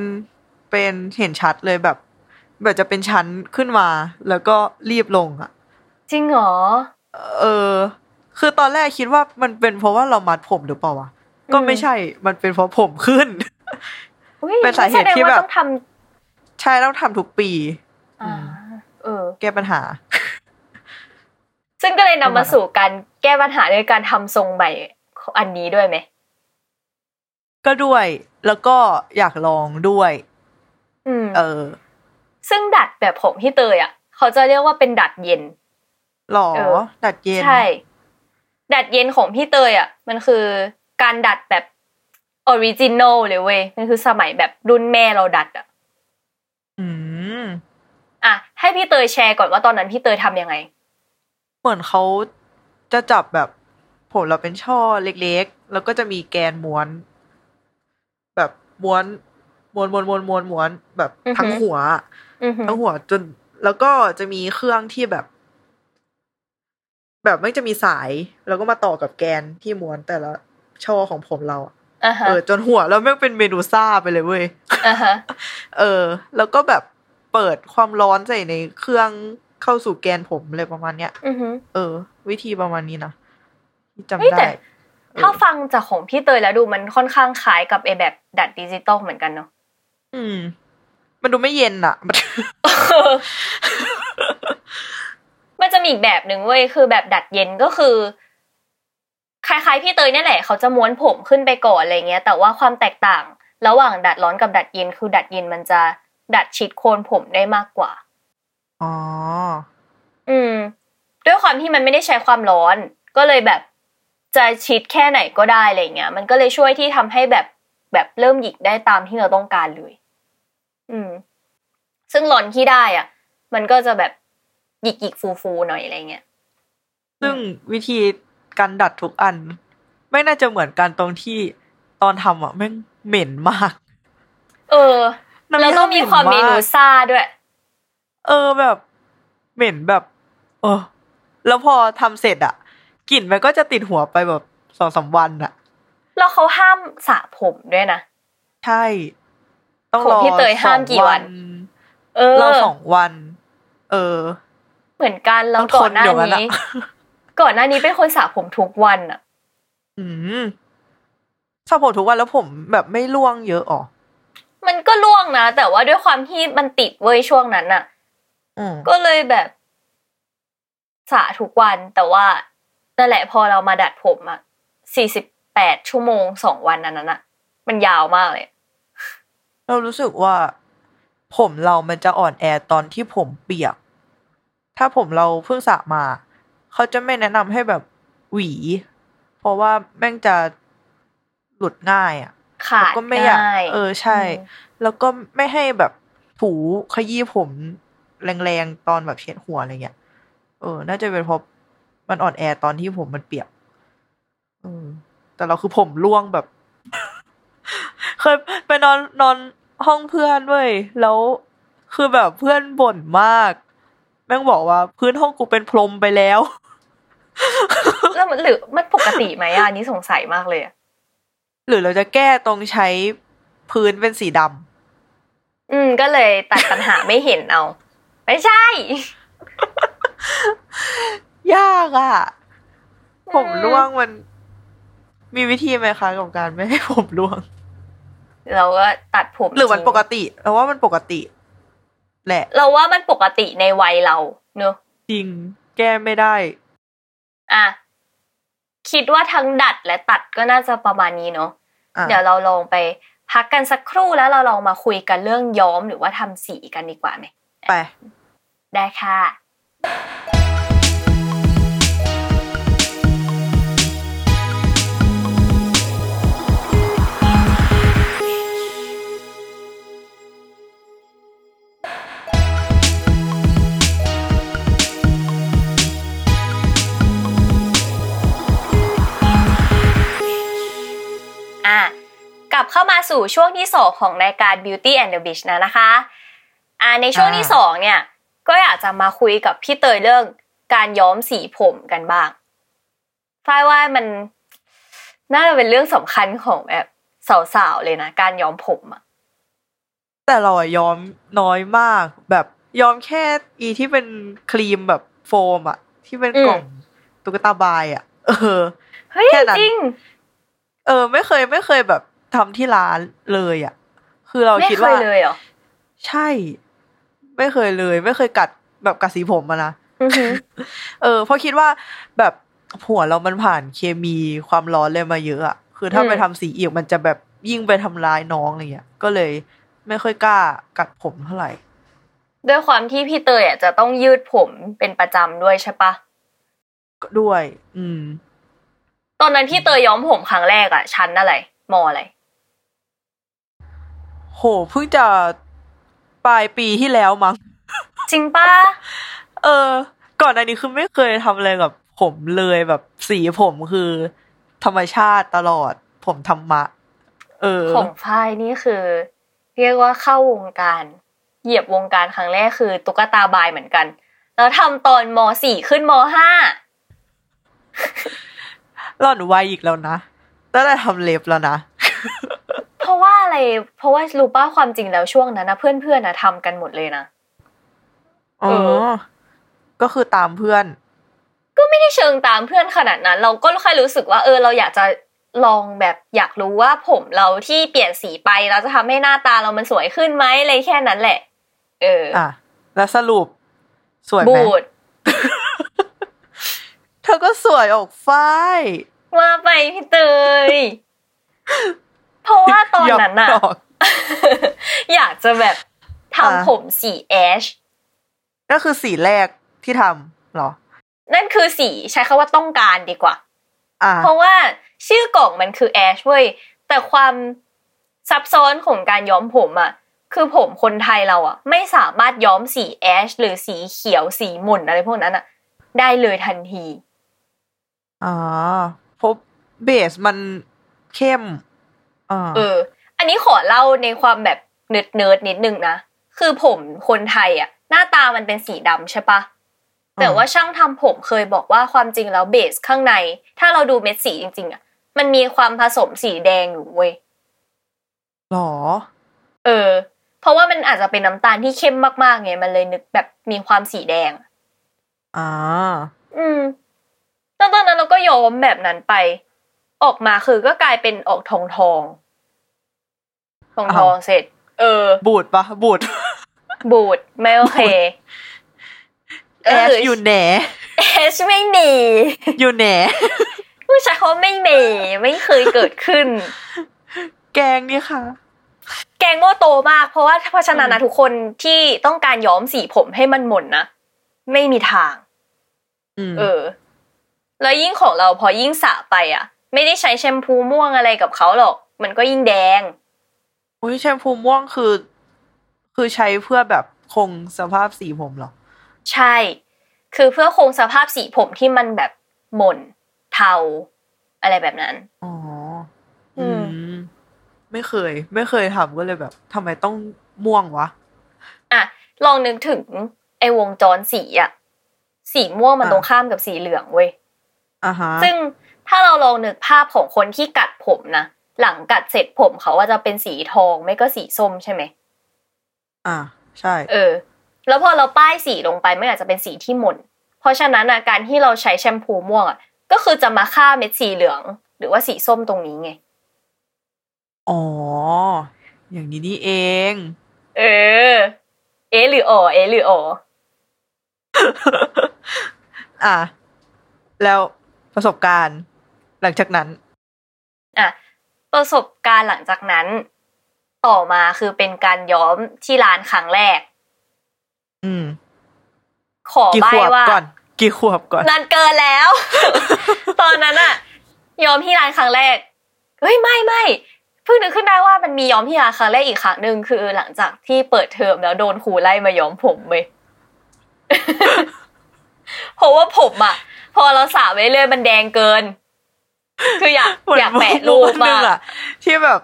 เป็นเห็นชัดเลยแบบ แบบจะเป็นชั้นขึ้นมา แล้วก็รีบลงอะ่ะ
จริงเหรอ
เออ คือตอนแรกคิดว่ามันเป็นเพราะว่าเรามัดผมหรือเปล่าวะก็ไม่ใช่ มันเป็นเพราะผมขึ้น
อุ๊ย
เป็นสาเหตุที่
แสดง
แบ
ว่า
บ
ต้องท
ใช่ต้องทำทุกปี
ำอ่าเออ
แก้ปัญหา
ซึ่งก็เลยนำมาสู่การแก้ปัญหาด้วยการทำทรงใหม่อันนี้ด้วยไหม
ก็ด้วยแล้วก็อยากลองด้วย
อืม
เออ
ซึ่งดัดแบบผมพี่เตยอะเขาจะเรียกว่าเป็นดัดเย็น
หรอ
เออ
ดัดเย็น
ใช่ ดัดเย็นของพี่เตยอ่ะ มันคือการดัดแบบออริจินอลเลยเว้ยมันคือสมัยแบบรุ่นแม่เราดัดอ่ะ
อืม
อ่ะให้พี่เตยแชร์ก่อนว่าตอนนั้นพี่เตยทำยังไง
เหมือนเขาจะจับแบบ ผมเราเป็นช่อเล็กๆ แล้วก็จะมีแกนม้วน แบบม้วนม้วนม้วนม้วนม้วนม้วนแบบ
อือหือ
ทั้งหัว
อือหือ
ทั้งหัวจน แล้วก็จะมีเครื่องที่แบบ แบบไม่จะมีสาย แล้วก็มาต่อกับแกนที่ม้วนแต่ละช่อของผมเราอะ
อ่าฮะ
เออจนหัวแล้วแม่งเป็นเมนูซ่าไปเลยเว้ย
อ่าฮะ
เออ แล้วก็แบบเปิดความร้อนใส่ในเครื่องเข้าสู่แกนผมเลยประมาณเนี้ย
อือหือ
เออ วิธีประมาณนี้นะ
เฮ้
ที่
ย
จำ
แต่
ได้
ถ้าฟังจากของพี่เตยแล้วดูมันค่อนข้างคล้ายกับไอแบบดัดดิจิตอลเหมือนกันเนาะ
อืม มันดูไม่เย็นอะ [laughs]
มันจะมีอีกแบบหนึ่งเว้ยคือแบบดัดเย็นก็คือคล้ายๆพี่เตยนี่แหละ เขาจะม้วนผมขึ้นไปก่อนอะไรเงี้ย แต่ว่าความแตกต่าง ระหว่างดัดร้อนกับดัดเย็น คือดัดเย็นมันจะดัดชิดโคนผมได้มากกว่า
อ๋อ
อืม ด้วยความที่มันไม่ได้ใช้ความร้อน ก็เลยแบบจะชิดแค่ไหนก็ได้อะไรเงี้ย มันก็เลยช่วยที่ทำให้แบบแบบเริ่มหยิกได้ตามที่เราต้องการเลย อืม ซึ่งร้อนที่ได้อ่ะ มันก็จะแบบหยิกหยิกฟูฟูๆหน่อยอะไรเงี้ย
ซึ่งวิธีการดัดทุกอัน ไม่น่าจะเหมือนกันตรงที่ตอนทำอะแม่งเหม็นมาก
เออ แล้วต้องมีความเมนูซ่าด้วย
เออแบบ เหม็นแบบ เออ แล้วพอทำเสร็จอะกลิ่นมันก็จะติดหัวไปแบบสองสามวันอะ
แล้วเขาห้ามสระผมด้วยนะ
ใช่ ต้อง
ของ
รอ
พี่เตยห้ามกี่วัน เอ
สองวัน
อ
เราสองวัน เออ
เหมือนกันแล้ว
ต้องทน
ก่อนหน้า
อยู่แล้ว
นี้
นะ
ก่อนหน้านี้เป็นคนสระผมทุกวันอะ
อืมสระผมทุกวันแล้วผมแบบไม่ร่วงเยอะอ๋อ
มันก็ล่วงนะ แต่ว่าด้วยความที่มันติดเว้ยช่วงนั้นอะ
อืม
ก็เลยแบบสระทุกวัน แต่ว่านั่นแหละพอเรามาดัดผมอะสี่สิบแปดชั่วโมงสองวันอันนั้นอะมันยาวมากเลย
เรารู้สึกว่า ผมเรามันจะอ่อนแอตอนที่ผมเปียก ถ้าผมเราเพิ่งสระมา เขาจะไม่แนะนำให้แบบหวี เพราะว่าแม่งจะหลุดง่ายอ่ะ
ขาด
ก็ไม่อยาก
ง่าย
เออใช่
ม
แล้วก็ไม่ให้แบบถูขยี้ผมแรงๆ ตอนแบบเช็ดหัวอะไรเงี้ย เออ น่าจะเป็นเพราะมันอ่อนแอตอนที่ผมมันเปียกเออแต่เราคือผมร่วงแบบ [laughs] เคยไปนอนนอนห้องเพื่อนด้วย แล้วคือแบบเพื่อนบ่นมาก แม่งบอกว่าพื้นห้องกูเป็นพรมไปแล้ว [laughs]
แล้วมันหรือมันปกติไหมอ่ะอันนี้สงสัยมากเลยอะ
หรือเราจะแก้ตรงใช้พื้นเป็นสีดำ
อืม ก็เลยตัดปัญหา ไม่เห็นเอา ไม่ใช่
ยากอะ่ะ
อืม
ผมร่วงมัน มีวิธีไหมคะกับการไม่ให้ [laughs] ผมร่วง
เราก็ตัดผม
หรือมัน
ทิ้ง
ปกติเราว่ามันปกติ แหละ
เราว่ามันปกติในวัยเราเนอะ
จริง แก้ไม่ได้
อ่ะคิดว่าทั้งดัดและตัดก็น่าจะประมาณนี้เนอะ
อ่ะ
เดี๋ยวเราลองไป พักกันสักครู่แล้วเราลองมาคุยกันเรื่องย้อมหรือว่าทำสีกันดีกว่าไหม
ไป
ได้ค่ะ อ่ะ กลับเข้ามาสู่ช่วงที่ 2 ของรายการ Beauty and the Beach นะนะคะอ่ะในช่วงที่
อ่า
2 เนี่ย ก็อยากจะมาคุยกับพี่เตยเรื่องการย้อมสีผมกันบ้างฝ้ายว่ามันน่าจะเป็นเรื่องสำคัญของแบบสาวๆเลยนะ การย้อมผมอะ
แต่เราอะยอมน้อยมากแบบยอมแค่อีที่เป็นครีมแบบโฟมอะที่เป็นกล่องตุ๊กตาบายอะเออ
เฮ้ย
แค่นั้น
จริง
เออ ไม่เคยไม่เคยแบบทำที่ร้านเลยอะคือเรา
ไม่
คิด
เค
ว่า
ยเลยเหรอ
ใช่ ไม่เคยเลย ไม่เคยกัดแบบกัดสีผมอะนะ
อือหือ
เออเพราะคิดว่าแบบหัวเรามันผ่านเคมีความร้อนเลยมาเยอะอะคือถ้า
อืม
ไปทำสีอีกมันจะแบบยิ่งไปทำร้ายน้องอะไรเงี้ยก็เลยไม่ค่อยกล้ากัดผมเท่าไหร่
ด้วยความที่พี่เตยอ่ะจะต้องยืดผมเป็นประจำด้วยใช่ปะ
ก็ด้วย อืม
ตอนนั้นพี่เตยย้อมผมครั้งแรกอ่ะชั้นอะไรมออะไร
โหเพิ่งจะปลายปีที่แล้วมั้ง
จริงปะ
เออ ก่อนอันานี้คือไม่เคยทำอะไรกับผมเลยแบบสีผมคือ ธรรมชาติตลอด ผมธรรมะ เออ
ของฝ้ายนี่คือ เรียกว่าเข้าวงการ เหยียบวงการครั้งแรกคือตุ๊กตาบายเหมือนกัน แล้วทำตอนมสี่ขึ้นมห้า
หล่อนวัยอีกแล้วนะตั้งแต่ทำเล็บแล้วนะ
เพราะว่าอะไร เพราะว่ารู้ป้าความจริงแล้วช่วงนั้นนะเพื่อนๆนะทำกันหมดเลยนะ
เออ ก็คือตามเพื่อน
ไม่ได้เชิงตามเพื่อนขนาดนั้น เราก็แค่รู้สึกว่าเออเราอยากจะลองแบบอยากรู้ว่าผมเราที่เปลี่ยนสีไปเราจะทำให้หน้าตาเรามันสวยขึ้นไหมอะไรแค่นั้นแหละ เออ
อ่ะ แล้วสรุป สวยไหม
บูด
เธอก็สวยออกฟ้าย
ว่าไปพี่เตย เพราะว่าตอนนั้นอะ [laughs] อยากจะแบบ
อ่า
ทำผมสีแอช
ก็คือสีแรกที่ทำเหรอ
นั่นคือสีใช้คำว่าต้องการดีกว่า
อ่ะ
เพราะว่าชื่อกล่องมันคือแอชเว้ยแต่ความซับซ้อนของการย้อมผมอะคือผมคนไทยเราอะไม่สามารถย้อมสีแอชหรือสีเขียวสีหม่นอะไรพวกนั้นอะได้เลยทันที
อ๋อเพบเบสมันเข้มอ่า
เออ อันนี้ขอเล่าในความแบบเนิร์ดเนิร์ดๆนิดนึงนะ คือผมคนไทยอะหน้าตามันเป็นสีดำใช่ปะ แต่ว่าช่างทำผมเคยบอกว่าความจริงแล้วเบสข้างใน ถ้าเราดูเม็ดสีจริงๆอะมันมีความผสมสีแดงอยู่เว้ย
หรอ
เออ เพราะว่ามันอาจจะเป็นน้ำตาลที่เข้มมากๆไงมันเลยนึกแบบมีความสีแดง
อ่า
อืมตอนตอนนั้นเราก็ย้อมแบบนั้นไป ออกมาคือก็กลายเป็นออกทองทองทองทองเสร็จ เออ
บูดปะบูด
บูดไม่โอเค
แอ
ก็
ช
คือ
อยู่แหน
แอชไม่มี
อยู่แหน
ผู้ชายเขาไม่มีไม่เคยเกิดขึ้น
แกงนี่ค่ะ
แกงโง่โตมาก เพราะว่าเพราะฉะนั้นนะทุกคนที่ต้องการย้อมสีผมให้มันหม่นนะไม่มีทาง
อืม
เออ แล้วยิ่งของเราพอยิ่งสระไปอ่ะ ไม่ได้ใช้แชมพูม่วงอะไรกับเขาหรอก มันก็ยิ่งแดง
อุ้ยแชมพูม่วงคือ คือใช้เพื่อแบบคงสภาพสีผมเหรอ
ใช่ คือเพื่อคงสภาพสีผมที่มันแบบหม่นเทา อะไรแบบนั้น
อ๋อ
อื
อื
ม
ม ไม่เคย ไม่เคยทำก็เลยแบบทำไมต้องม่วงวะ
อ่ะลองนึกถึงไอ้วงจรสีอ่ะสีม่วงมัน
อ่ะ
ตรงข้ามกับสีเหลืองเว้ย
อ่าฮะ
ซึ่งถ้าเราลองนึกภาพของคนที่กัดผมนะ หลังกัดเสร็จผมเขาว่าจะเป็นสีทองไม่ก็สีส้มใช่ไหม
อ่า ใช่
เออ แล้วพอเราป้ายสีลงไปมันอาจจะเป็นสีที่หม่นเพราะฉะนั้นนะการที่เราใช้แชมพูม่วงอ่ะก็คือจะมาฆ่าเม็ดสีเหลือง หรือว่าสีส้มตรงนี้ไง
อ๋อ อย่างนี้นี่เอง
เออ เอะหรืออ๋อเอะหรืออ๋อ
อ่ะ แล้วประสบการณ์ หลังจากนั้น
อ่ะประสบการณ์หลังจากนั้น ต่อมาคือเป็นการย้อมที่ร้านครั้งแรก
อืม
ขอ
กี่
ใบ
ขวบ
ว่า
ก่อน กี่ขวบก่อน
นานเกินแล้ว [laughs] ตอนนั้นอะย้อมที่ร้านครั้งแรกเฮ้ยไม่ไม่เพิ่งนึกขึ้นได้ว่ามันมีย้อมที่ร้านครั้งแรกอีกครั้งหนึ่งคือหลังจากที่เปิดเทอมแล้วโดนครูไล่มาย้อมผมเว้ย [laughs] เพราะว่าผมอะพอเราสระไปเรื่อยๆมันแดงเกิน คืออยาก
เหมืน
อยากแปะรูป
วันห
มา
นึ่ง
ก
อะที่แบบ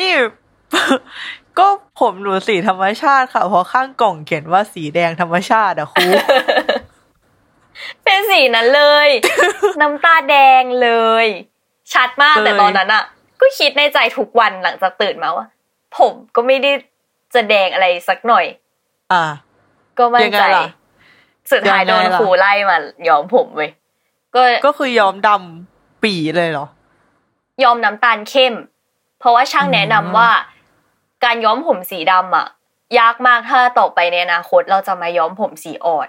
นี่ [laughs] ก็ผมหนูสีธรรมชาติค่ะเพราะข้างกล่องเขียนว่าสีแดงธรรมชาติอะค
[laughs]
รู
เป็นสีนั้นเลย
[laughs]
น้ำตาแดงเลย ชัดมาก
เลย
แต่ตอนนั้นอ่ะ ก็คิดในใจทุกวันหลังจากตื่นมาว่า ผมก็ไม่ได้จะแดงอะไรสักหน่อย
อ่า
ก็มั่น
ยังไง
ใจ
ล่ะ
สุดท้าย
ยังไง
โดน
ล่ะ
ครูไล่มาย้อมผมเว้ยก็
[laughs] ก็คือยอมดำปีเลยเหรอ
ยอมน้ำตาลเข้ม เพราะว่าช่างแนะนำว่า การย้อมผมสีดำอ่ะ ยากมากถ้าต่อไปในอนาคตเราจะมาย้อมผมสีออด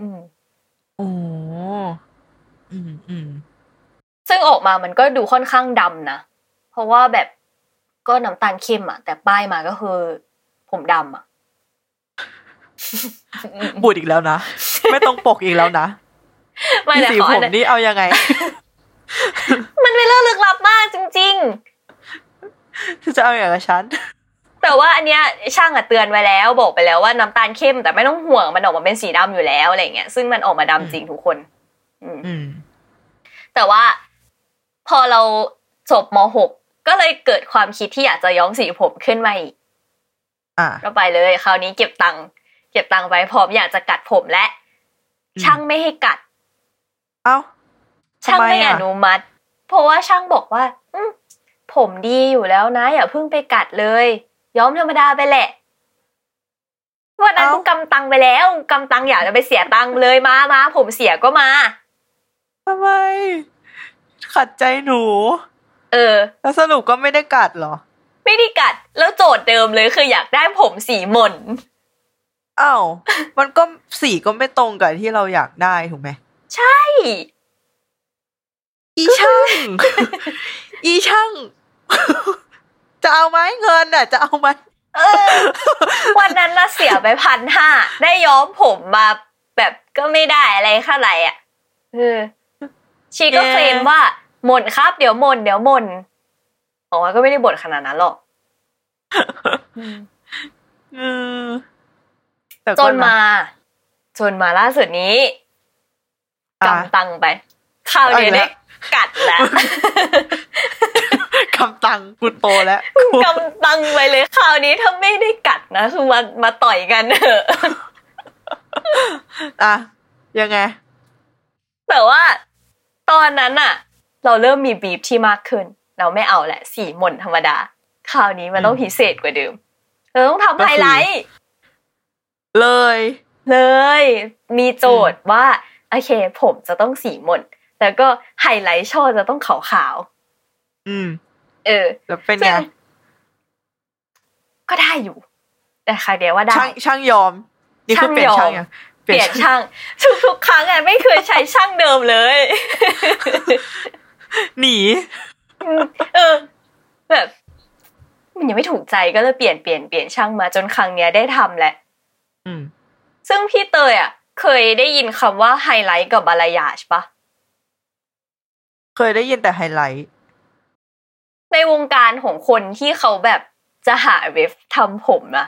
อืม
โอ้อืมอืม
ซึ่งออกมามันก็ดูค่อนข้างดำนะ เพราะว่าแบบก็น้ำตาลเข้มอะแต่ป้ายมาก็คือ ผมดำอะ
บูดอีกแล้ว [laughs] นะ ไม่ต้องปกอีกแล้วนะ
[laughs] ไม่
นี่
แต่
สี
ขอ
ผ
อั
ม
นนั้น
นี่เอายัง [laughs] ไง
มันเป็นเรื่องลึกลับมากจริง
จะเอาอย่างกับฉัน
ๆ แต่ว่าอันเนี้ยช่างอะเตือนไว้แล้ว บอกไปแล้วว่าน้ำตาลเข้ม แต่ไม่ต้องห่วงมันออกมาเป็นสีดำอยู่แล้วอะไรเงี้ยซึ่งมันออกมาดำจริงทุกคน อืม
อืม
แต่ว่าพอเราจบมหกก็เลยเกิดความคิดที่อยากจะย้อมสีผมขึ้นมาอีก
อ่า
ก็ไปเลย คราวนี้เก็บตังค์เก็บตังค์ไว้พร้อมอยากจะกัดผมและ
อืม
ช่างไม่ให้กัด
เอ้า ทำไมอะ
ช่างไม่อนุมัติ เพราะว่าช่างบอกว่า อืมผมดีอยู่แล้วนะ อย่าเพิ่งไปกัดเลย ย้อมธรรมดาไปแหละวันนั้นกูกำตังค์ไปแล้วกำตังค์อยากจะไปเสียตังค์เลยมามาผมเสียก็มา
ทำไม ขัดใจหนู
เออ
แล้วสรุปก็ไม่ได้กัดเหรอ
ไม่ได้กัด แล้วโจทย์เดิมเลยคืออยากได้ผมสีหม่น
อ้ [laughs] าว มันก็สีก็ไม่ตรงกับที่เราอยากได้ถูกไหม อีช่าง อีช่าง [laughs] จะเอาไหมเงินอ่ะ จะเอาไหม
เออ วันนั้นน่ะเสียไปพันห้าได้ย้อมผมมาแบบก็ไม่ได้อะไรเท่าไหร่อ่ะเออชีก็เคลมว่าหม่นครับเดี๋ยวหม่นเดี๋ยวหม่นออกมาก็ไม่ได้บ่นขนาดนั้น
[laughs]
หรอก
เออแต่
จ
ก็ะ
นมา จนมาล่าสุดนี้
อ่ะ
กำตังไปข้าวเดียว
เอาอีกแล้
ได้
ว
กัด
[laughs]
แล้ว
กำตังกูโตแล้วกู
กำตังไปเลยคราวนี้ถ้าไม่ได้กัดนะคือมามาต่อยกันเถอะ
อ่ะ ยังไง
แต่ว่าตอนนั้นอะเราเริ่มมีบีบที่มากขึ้น เราไม่เอาแหละสีหม่นธรรมดา คราวนี้มันต้องพิเศษกว่าเดิมเราต้องทำไฮไลท์
เลย
เลย มีโจทย์ว่าโอเค ผมจะต้องสีหม่นแล้วก็ไฮไลท์ช่อจะต้องขาว
อืม
ๆเออ
แล้วเป็น
ซึ่
ไง
งก็ได้อยู่ แต่คราวเดียวว่าได้
ช่างช่างยอม นี่คือเปลี่ยนช่างยัง
เปลี่ยนช่างทุกๆครั้งอะไม่เคยใช้ช่างเดิมเลย
[laughs] หนี
เออแบบมันยังไม่ถูกใจก็เลยเปลี่ยนเปลี่ยนเปลี่ยนช่างมาจนครั้งเนี้ยได้ทำแหละ
อืม
ซึ่งพี่เตยอ่ะ เคยได้ยินคำว่าไฮไลท์กับบาลายาชปะ
เคยได้ยินแต่ไฮไลท์
ในวงการของคนที่เขาแบบจะหาเว็บทำผมนะ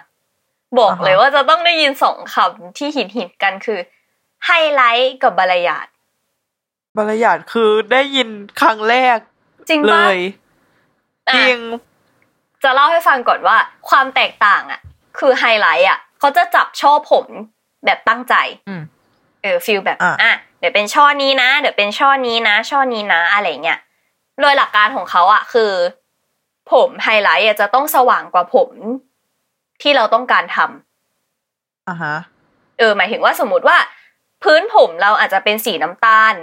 บอกเลย
อ่าฮะ
ว่าจะต้องได้ยินสองคำที่ฮิตฮิตๆกันคือไฮไลท์กับบาลายาช
บรรยาทคือได้ยินครั้งแรก
จริง
เล
ปะอ
ย
่ะ
จริง
จะเล่าให้ฟังก่อนว่าความแตกต่างอ่ะ คือไฮไลท์อ่ะเขาจะจับช่อผมแบบตั้งใจ
อืม
เออฟิลแบบ
อ่ะ
อ่ะเดี๋ยวเป็นช่อนี้นะ เดี๋ยวเป็นช่อนี้นะ ช่อนี้นะ อะไรเงี้ยโดยหลักการของเขาอ่ะคือ ผมไฮไลท์อ่ะจะต้องสว่างกว่าผมที่เราต้องการทำ
อ่ะฮะ
เออหมายถึงว่าสมมติว่า พื้นผมเราอาจจะเป็นสีน้ำตาล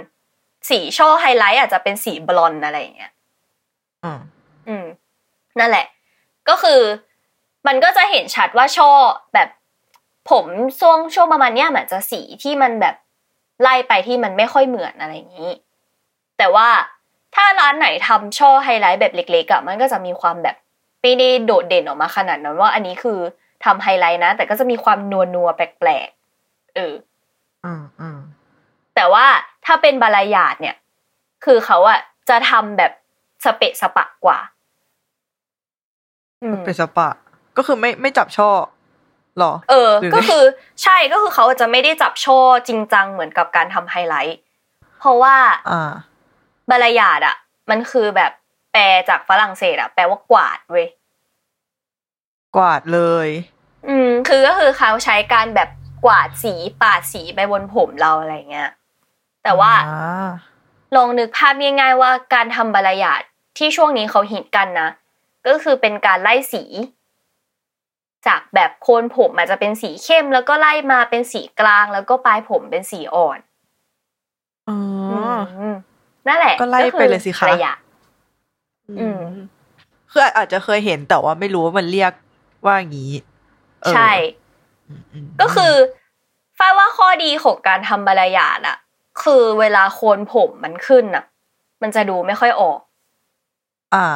สีช่อไฮไลท์อาจจะเป็นสีบลอนด์อะไรอย่างเงี้ย
อืม
อืม นั่นแหละ ก็คือมันก็จะเห็นชัดว่าช่อแบบผมช่วงช่วงประมาณเนี้ยมันจะสีที่มันแบบไล่ไปที่มันไม่ค่อยเหมือนอะไรอย่างนี้ แต่ว่าถ้าร้านไหนทำช่อไฮไลท์แบบเล็กๆอะมันก็จะมีความแบบ ไม่ได้โดดเด่นออกมาขนาดนั้นว่า อันนี้คือทำไฮไลท์นะ แต่ก็จะมีความนัวนัวๆแปลกๆเออ
อืมอืม
แต่ว่าถ้าเป็นบาลายาดเนี่ย คือเขาอะจะทำแบบสเปะสปะกว่า อืม
เป็นสปะ ก็คือไม่ไม่จับช่อหรอ
เออ
หรือไง
ก็คือใช่ก็คือเขาจะไม่ได้จับช่อจริงจังเหมือนกับการทำไฮไลท์ เพราะว่า
อ่า
บาลายาดอะมันคือแบบแปลจากฝรั่งเศสอะแปลว่ากวาดเว้ย
กวาดเลย
อืม คือก็คือเขาใช้การแบบกวาดสีปาดสีไปบนผมเราอะไรเงี้ย แต่ว่า
อ่
ลองนึกภาพง่ายๆว่าการทำบาลายาดที่ช่วงนี้เขาฮิตกันนะ ก็คือเป็นการไล่สี จากแบบโคนผมอาจจะเป็นสีเข้ม แล้วก็ไล่มาเป็นสีกลาง แล้วก็ปลายผมเป็นสีอ่อน
อ๋ออ
มนั่นแหละ
ก็ไล่
อ
ไปเลยสิคะ
บารายาท อื
อื
ม
มคืออาจจะเคยเห็นแต่ว่าไม่รู้ว่ามันเรียกว่าอย่างนี้เออ
ใช่
อืมม
ก็คือฝ้ายว่าข้อดีของการทำบาลายาดอะคือเวลาโคนผมมันขึ้นอะมันจะดูไม่ค่อยออก
อ่า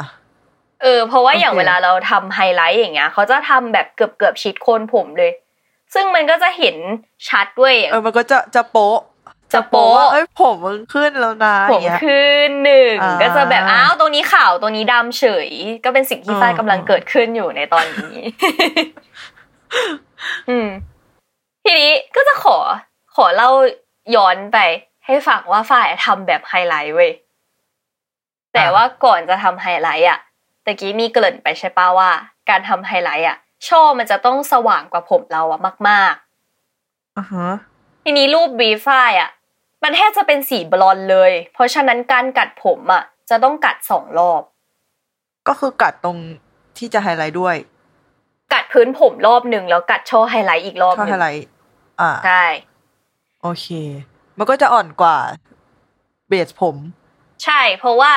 เออเพราะว่าอย่าง
โอเค
เวลาเราทำไฮไลท์อย่างเงี้ยเขาจะทำแบบเกือบเกือบๆชิดโคนผมเลย ซึ่งมันก็จะเห็นชัดด้วยอย่าง
เออมันก็จะจะโป๊ะ
จะโป๊ะ
ว่าเอ้ยผมมึงขึ้นแล้วนะ
ผม
อย่างเงี้ย
ขึ้นหนึ่ง
อ่า
ก็จะแบบอ้าวตรงนี้ขาวตรงนี้ดำเฉย ก็เป็นสิ่งที่
อืม
ฝ้ายกำลังเกิดขึ้นอยู่ในตอนนี้
[laughs]
อืม ทีนี้ก็จะขอขอเล่าย้อนไป ให้ฟังว่าฝ้ายทำแบบไฮไลท์เว้ยแต่ว่าก่อนจะทำไฮไลท์อ่ะตะกี้มีเกริ่นไปใช่ป้าว่า การทำไฮไลท์อ่ะ ช่อมันจะต้องสว่างกว่าผมเราอ่ะมาก ๆ
อ่าฮะ
ทีนี้รูปบีฟ้ายอ่ะ มันแทบจะเป็นสีบลอนด์เลย เพราะฉะนั้นการกัดผมอ่ะ จะต้องกัดสองรอบ
ก็คือกัดตรงที่จะไฮไลท์ด้วย
กัดพื้นผมรอบหนึ่งแล้วกัดช่อไฮไลท์อีกรอบ
ถ้า
ห
ไฮ
นึ่ง
ไลท์อ่า
ใช่
โอเค มันก็จะอ่อนกว่าเบสผม
ใช่ เพราะว่า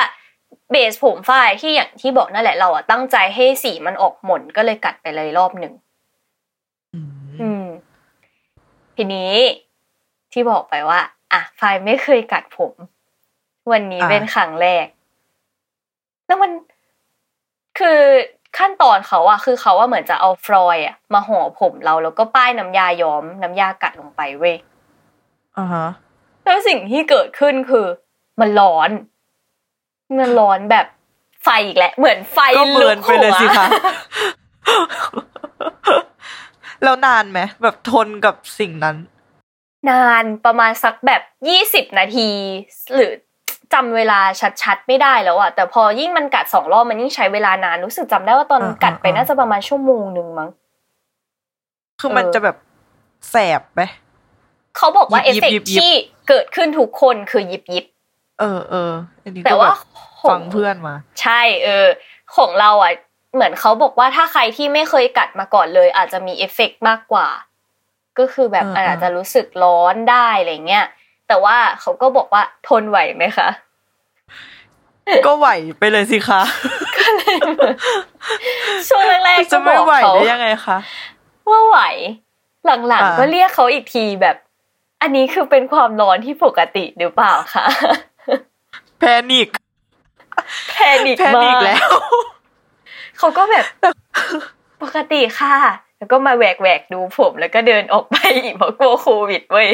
เบสผมฝ้ายที่อย่างที่บอกนั่นแหละเราอ่ะตั้งใจให้สีมันออกหม่นก็เลยกัดไปเลยรอบหนึ่ง
อืม
อืม ทีนี้ที่บอกไปว่า อ่ะฝ้ายไม่เคยกัดผม วันนี้เป็นครั้งแรก แล้วมันคือขั้นตอนเขาอะคือเขาว่าเหมือนจะเอาฟลอยล์อะมาห่อผมเราแล้วก็ป้ายน้ำยาย้อมน้ำยากัดลงไปเว้ย
อ่าฮะ
แล้วสิ่งที่เกิดขึ้นคือ มันร้อน มันร้อนแบบไฟอีกแหละเหมือนไฟ
ก็เบิร์นไปเลยสิ
หั
คะ
ว
แล้วนานไหมแบบทนกับสิ่งนั้น
นานประมาณสักแบบยี่สิบนาที หรือจำเวลาชัดๆ ไม่ได้แล้วอะแต่พอยิ่งมันกัดสองรอบมันยิ่งใช้เวลานานรู้สึกจำได้ว่าตอน
อ่า
กัดไป
อ่า
น่าจะประมาณชั่วโมงหนึ่งมั้ง
คือมัน
เออ
จะแบบแสบไหม
เขาบอกว่าเอ
ยิ
ฟ
บ
เฟก
ยิบยิบ
ที่เกิดขึ้นทุกคนคือยิบยิบ
เออเอออันนี้
แต่
ก็
ว่า
แบบ
ของ
ฟังเพื่อนมา
ใช่เออ ของเราอะเหมือนเขาบอกว่าถ้าใครที่ไม่เคยกัดมาก่อนเลย อาจจะมีเอฟเฟกมากกว่า ก็คือแบบ
อ่าอ่า
อาจจะรู้สึกร้อนได้อะไรเงี้ยแต่ว่าเขาก็บอกว่าทนไหวไหมคะ
ก็ไหวไปเลยสิคะ
ช่วงแรกๆก็
จะ
บ
ไม่
อก
ไหว
เขา
ได้ยังไงคะ
ว่าไหว หลัง
อ่า
ๆก็เรียกเขาอีกทีแบบ อันนี้คือเป็นความร้อนที่ปกติหรือเปล่าคะ [laughs]
แพนิค
แพนิค
แพ
มา
นิค
ก
แล้ว
เขาก็แบบ [laughs] ปกติค่ะ แล้วก็มาแหวกแหวกๆดูผม แล้วก็เดินออกไปอีกเพราะกลัวโควิดเว้ย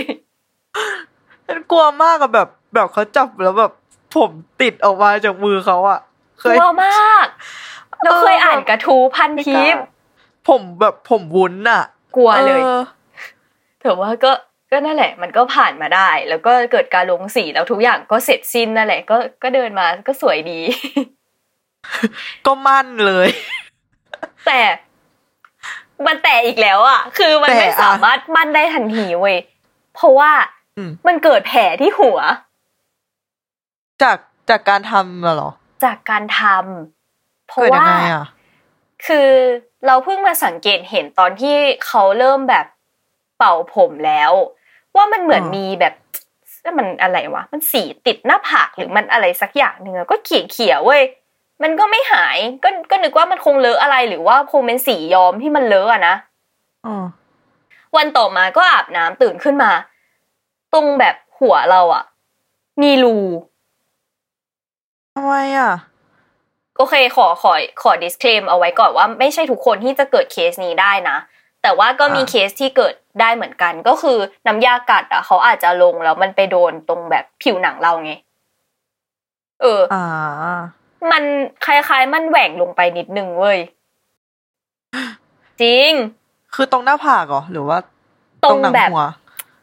ฉันกลัวมากอะแบบแบบเขาจับแล้วแบบผมติดออกมาจากมือเขาอะเค
ก
ย
ลัวมากเราเคยอ่านกระทู้พัน
ไม่ก
ทิ
ล้า
ป
ผมแบบผมวุ้นอะ
กลัวเลย
ออ
แต่ว่าก็ก็นั่นแหละ มันก็ผ่านมาได้ แล้วก็เกิดการลงสีแล้วทุกอย่างก็เสร็จสิ้นนั่นแหละ ก็ก็เดินมาก็สวยดี
ก็มั่นเลย
แต่มันแต่อีกแล้วอ่ะ คือมัน
แต่
ไม่
อะ
สามารถมั่นได้ทันทีเว้ย เพราะว่า
อืม
มันเกิดแผลที่หัว
จากจากการทำอะเหรอ
จากการทำเพราะ
เกิดยั
ว่าง
ไงอะ
คือเราเพิ่งมาสังเกตเห็นตอนที่เขาเริ่มแบบเป่าผมแล้ว ว่ามันเหมือนมีแบบมันอะไรวะมันสีติดหน้าผากหรือมันอะไรสักอย่างหนึ่งอะก็เขี่ยเขี่ยๆเว้ยมันก็ไม่หายก็ก็นึกว่ามันคงเลอะอะไรหรือว่าคงเป็นสีย้อมที่มันเลอะอะนะ
อ๋อ
วันต่อมาก็อาบน้ำตื่นขึ้นมา ตรงแบบหัวเราอะมีรู
ทำไมอะ
โอเคขอขอขอ disclaim เอาไว้ก่อนว่าไม่ใช่ทุกคนที่จะเกิดเคสนี้ได้นะ แต่ว่าก็มี
อ่า
เคสที่เกิดได้เหมือนกัน ก็คือน้ำยากัดอ่ะเขาอาจจะลงแล้วมันไปโดนตรงแบบผิวหนังเราไง เออ
อ่า
มันคล้ายๆ มันแหว่งลงไปนิดนึงเว้ย [gasps] จริง
คือตรงหน้าผากเหรอหรือว่า
ตรง
หนั
แบบ
หัว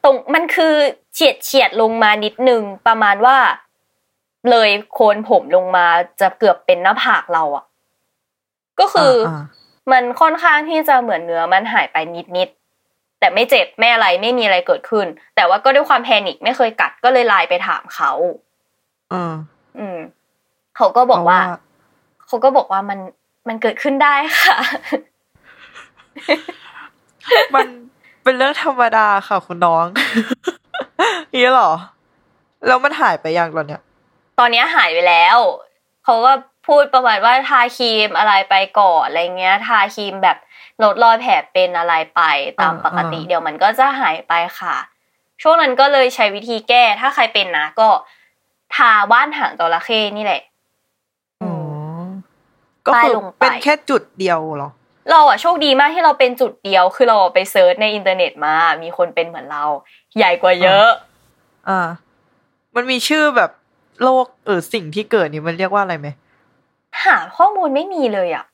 ตรงมันคือเฉียดเฉียดลงมานิดนึง ประมาณว่า เลยโคนผมลงมาจะเกือบเป็นหน้าผากเราอะก็คืออา มันค่อนข้างที่จะเหมือนเนื้อมันหายไปนิดนิดๆแต่ไม่เจ็บไม่อะไรไม่มีอะไรเกิดขึ้น แต่ว่าก็ด้วยความแพนิคไม่เคยกัดก็เลยไลน์ไปถามเขา
เออ
อืมเขาก็บอกว่า
เพระ
เขาก็บอกว่ามันมันเกิดขึ้นได้ค่ะ
มันเป็นเรื่องธรรมดาค่ะคุณน้อง นี่เหรอ แล้วมันหายไปยังตอนเนี้ย
ตอนเนี้ยหายไปแล้วเขาก็พูดประมาณว่าทาครีมอะไรไปก่อนอะไรเงี้ย ทาครีมแบบลดรอยแผลเป็นอะไรไปตาม
อ่า
ปกติ
อ่า
เดี๋ยวมันก็จะหายไปค่ะ ช่วงนั้นก็เลยใช้วิธีแก้ ถ้าใครเป็นนะก็ ทาว่านหางจระเข้นี่แหละ
อ๋อก็
ใต้
คือ
ลงไป
เป็นแค่จุดเดียวเหรอ
เราอะโชคดีมากที่เราเป็นจุดเดียว คือเราอะไปเซิร์ชในอินเทอร์เน็ตมา มีคนเป็นเหมือนเรา ใหญ่กว่าเยอะ
อ่า มันมีชื่อแบบโรคเออสิ่งที่เกิดนี่มันเรียกว่าอะไรไหม
หาข้อมูลไม่มีเลยอะ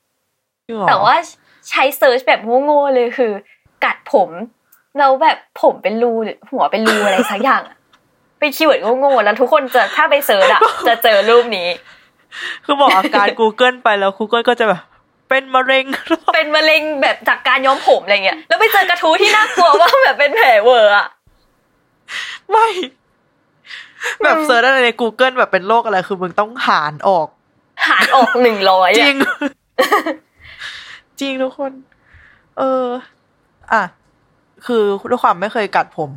ชื่อเหรอ
แต่ว่าใช้เซิร์ชแบบโง่ๆเลยคือ กัดผมแล้วแบบผมเป็นรูหรือหัวเป็นรูอะไรสักอย่างอะ [laughs] เป็นคีย์เวิร์ดโง่ๆแล้วทุกคนจะถ้าไปเซิร์ชอะ [laughs] จะเจอรูปนี้
คือบอกอาการ Google ไปแล้ว Google ก็จะแบบ เป็นมะเร็ง [laughs]
เป็นมะเร็งแบบจากการย้อมผมอะไรเงี้ย [laughs] แล้วไปเจอกระทู้ที่น่ากลัวว่าแบบเป็นแผลเวอร์อะ
ไม่ แบบเซิร์ชอะไรใน Google แบบเป็นโรคอะไร คือมึงต้องหารออก
หารออกหนึ่งร้อย
จ
อะ
ริง [laughs] จริงทุกคน เออ อ่ะ คือด้วยความไม่เคยกัดผม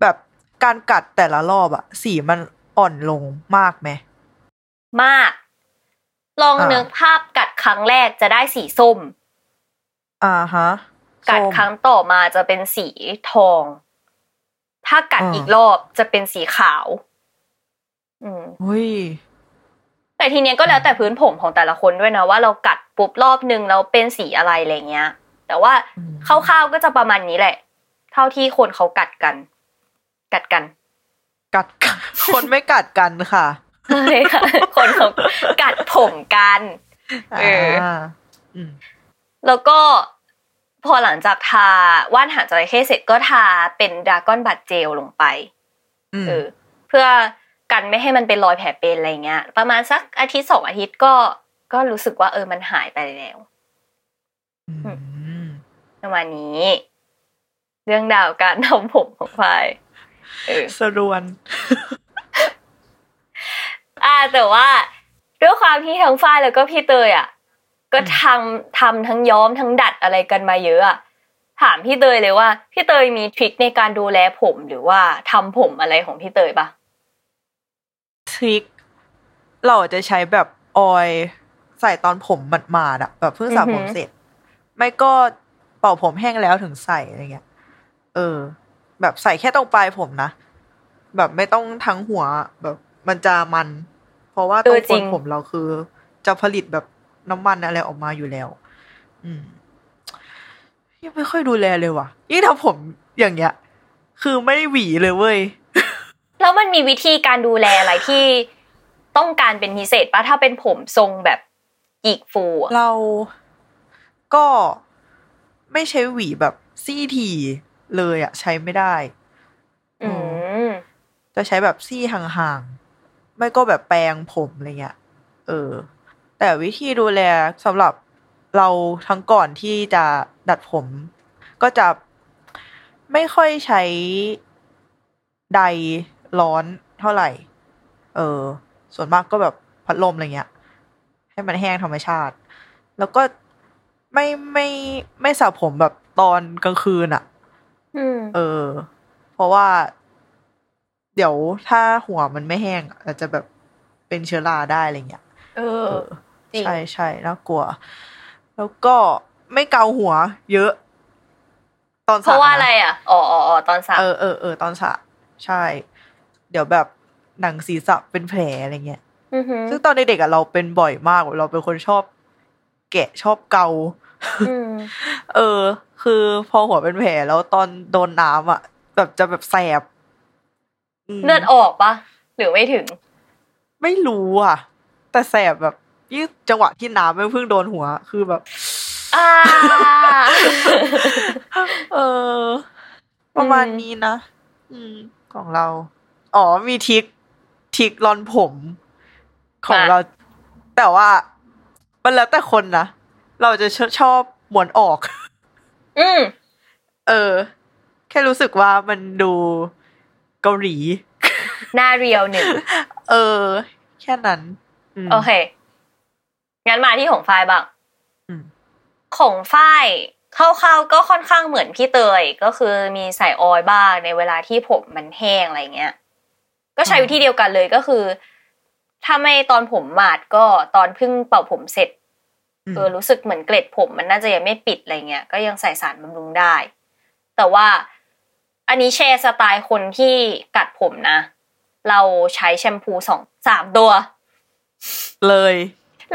แบบการกัดแต่ละรอบอะสีมันอ่อนลงมากไหม
มาก ลอง
อ่านึ
นึกภาพกัดครั้งแรกจะได้สีส้ม
อ่าฮะ
กัด
ส้ม
ครั้งต่อมาจะเป็นสีทอง ถ้ากัด
อ่า
อีกรอบจะเป็นสีขาว อืม
เฮ้ย
แต่ทีเนี้ยก็แล้วแต่พื้นผมของแต่ละคนด้วยนะว่าเรากัดปุ๊บรอบนึงแล้วเป็นสีอะไรอะไรเงี้ย แต่ว่า
อืม
คร่าวๆก็จะประมาณนี้แหละ เท่าที่คนเขากัดกัน กัดกัน [laughs]
กัดกัน คนไม่กัดกันค่ะ
เลยค่ะ คนเขากัดผมกัน เออ
อืม
แล้วก็พอหลังจากทาว่านหางจระเข้เสร็จก็ทาเป็นดราก้อนบัตเจลลงไป
อืม
เออเพื่อกันไม่ให้มันเป็นรอยแผลเป็นอะไรเงี้ย ประมาณสักอาทิตย์สองอาทิตย์ก็ก็รู้สึกว่าเออมันหายไปแล้ว
ม
ประมาณนี้ เรื่องราวการทำผมของพายเออ
สรวน
อ่าแต่ว่าด้วยความที่ทั้งฝ้ายแล้วก็พี่เตยอ่ะ ก็ทำทำทั้งย้อมทั้งดัดอะไรกันมาเยอะอะถามพี่เตยเลยว่า พี่เตยมีทริคในการดูแลผมหรือว่าทำผมอะไรของพี่เตยปะ
ทริก เราจะใช้แบบออยล์ใส่ตอนผมหมาดๆอะแบบเพิ่งสระผมเสร็จ ไม่ก็เป่าผมแห้งแล้วถึงใส่อะไรเงี้ย เออ แบบใส่แค่ตรงปลายผมนะ แบบไม่ต้องทั้งหัว แบบมันจะมัน เพราะว่าตรงโคนผมเราคือ จะผลิตแบบน้ำมันอะไรออกมาอยู่แล้ว อืม ยังไม่ค่อยดูแลเลยว่ะยิ่งทำผมอย่างเงี้ย คือไม่ได้หวีเลยเว้ย
แล้วมันมีวิธีการดูแลอะไรที่ต้องการเป็นพิเศษปะถ้าเป็นผมทรงแบบหยิกฟูอะ
เราก็ไม่ใช้หวีแบบซี่ทีเลยอะใช้ไม่ได้
อืม
จะใช้แบบซี่ห่างๆ ไม่ก็แบบแปรงผมอะไรเงี้ย เออ แต่วิธีดูแลสำหรับเราทั้งก่อนที่จะดัดผม ก็จะไม่ค่อยใช้ไดร์ร้อนเท่าไหร่ เออ ส่วนมากก็แบบพัดลมอะไรเงี้ย ให้มันแห้งธรรมชาติ แล้วก็ไม่ไม่ไม่สระผมแบบตอนกลางคืนอะ
อืม
เออ เพราะว่า เดี๋ยวถ้าหัวมันไม่แห้งอะอาจจะแบบเป็นเชื้อราได้อะไรเงี้ย
เออ จริง
ใช่ใช่น่ากลัว แล้วก็ไม่เกาหัว เยอะ ตอนส
เพ
ระ
ราะว่า
นะ
อะไรอ่ะ อ๋ออ๋ออ๋อตอนสาม
เออเออเออตอนสระใช่ เดี๋ยวแบบหนังศีรษะเป็นแผลอะไรเงี้ย
อือหือ
ซึ่งตอนเด็กๆอะเราเป็นบ่อยมากเราเป็นคนชอบ แกะชอบเกา
อืม
เออ คือพอหัวเป็นแผลแล้วตอนโดนน้ำอ่ะ แบบจะแบบแสบม
เลือดออกปะหรือไม่ถึง
ไม่รู้อ่ะ แต่แสบแบบยิ่งจังหวะที่น้ำไม่งเพิ่งโดนหัว คือแบบ [gasps]
[laughs] อ่า
เออ ประมาณ
อืม
นี้นะอืม ของเรา อ๋อมีทริกทริกรอนผม ของเรา แต่ว่ามันแล้วแต่คนนะ เราจะชอบชอบหมวนออก
อืม
เออ แค่รู้สึกว่ามันดูเกาหลี
หน้าเรียวหนึ่ง
เออ แค่นั้นม
โอเค งั้นมาที่ของฝ้ายบ้าง
อืม
ของฝ้ายคร่าวๆก็ค่อนข้างเหมือนพี่เตย ก็คือมีใส่ออยล์บ้างในเวลาที่ผมมันแห้งอะไรเงี้ย ก็ใช้วิธีเดียวกันเลยก็คือ ถ้าไม่ตอนผมหมาดก็ตอนเพิ่งเป่าผมเสร็จ เออรู้สึกเหมือนเกล็ดผมมันน่าจะยังไม่ปิดอะไรเงี้ยก็ยังใส่สารบำรุงได้ แต่ว่าอันนี้แชร์สไตล์คนที่กัดผมนะ เราใช้แชมพูสองสามตัว
เลย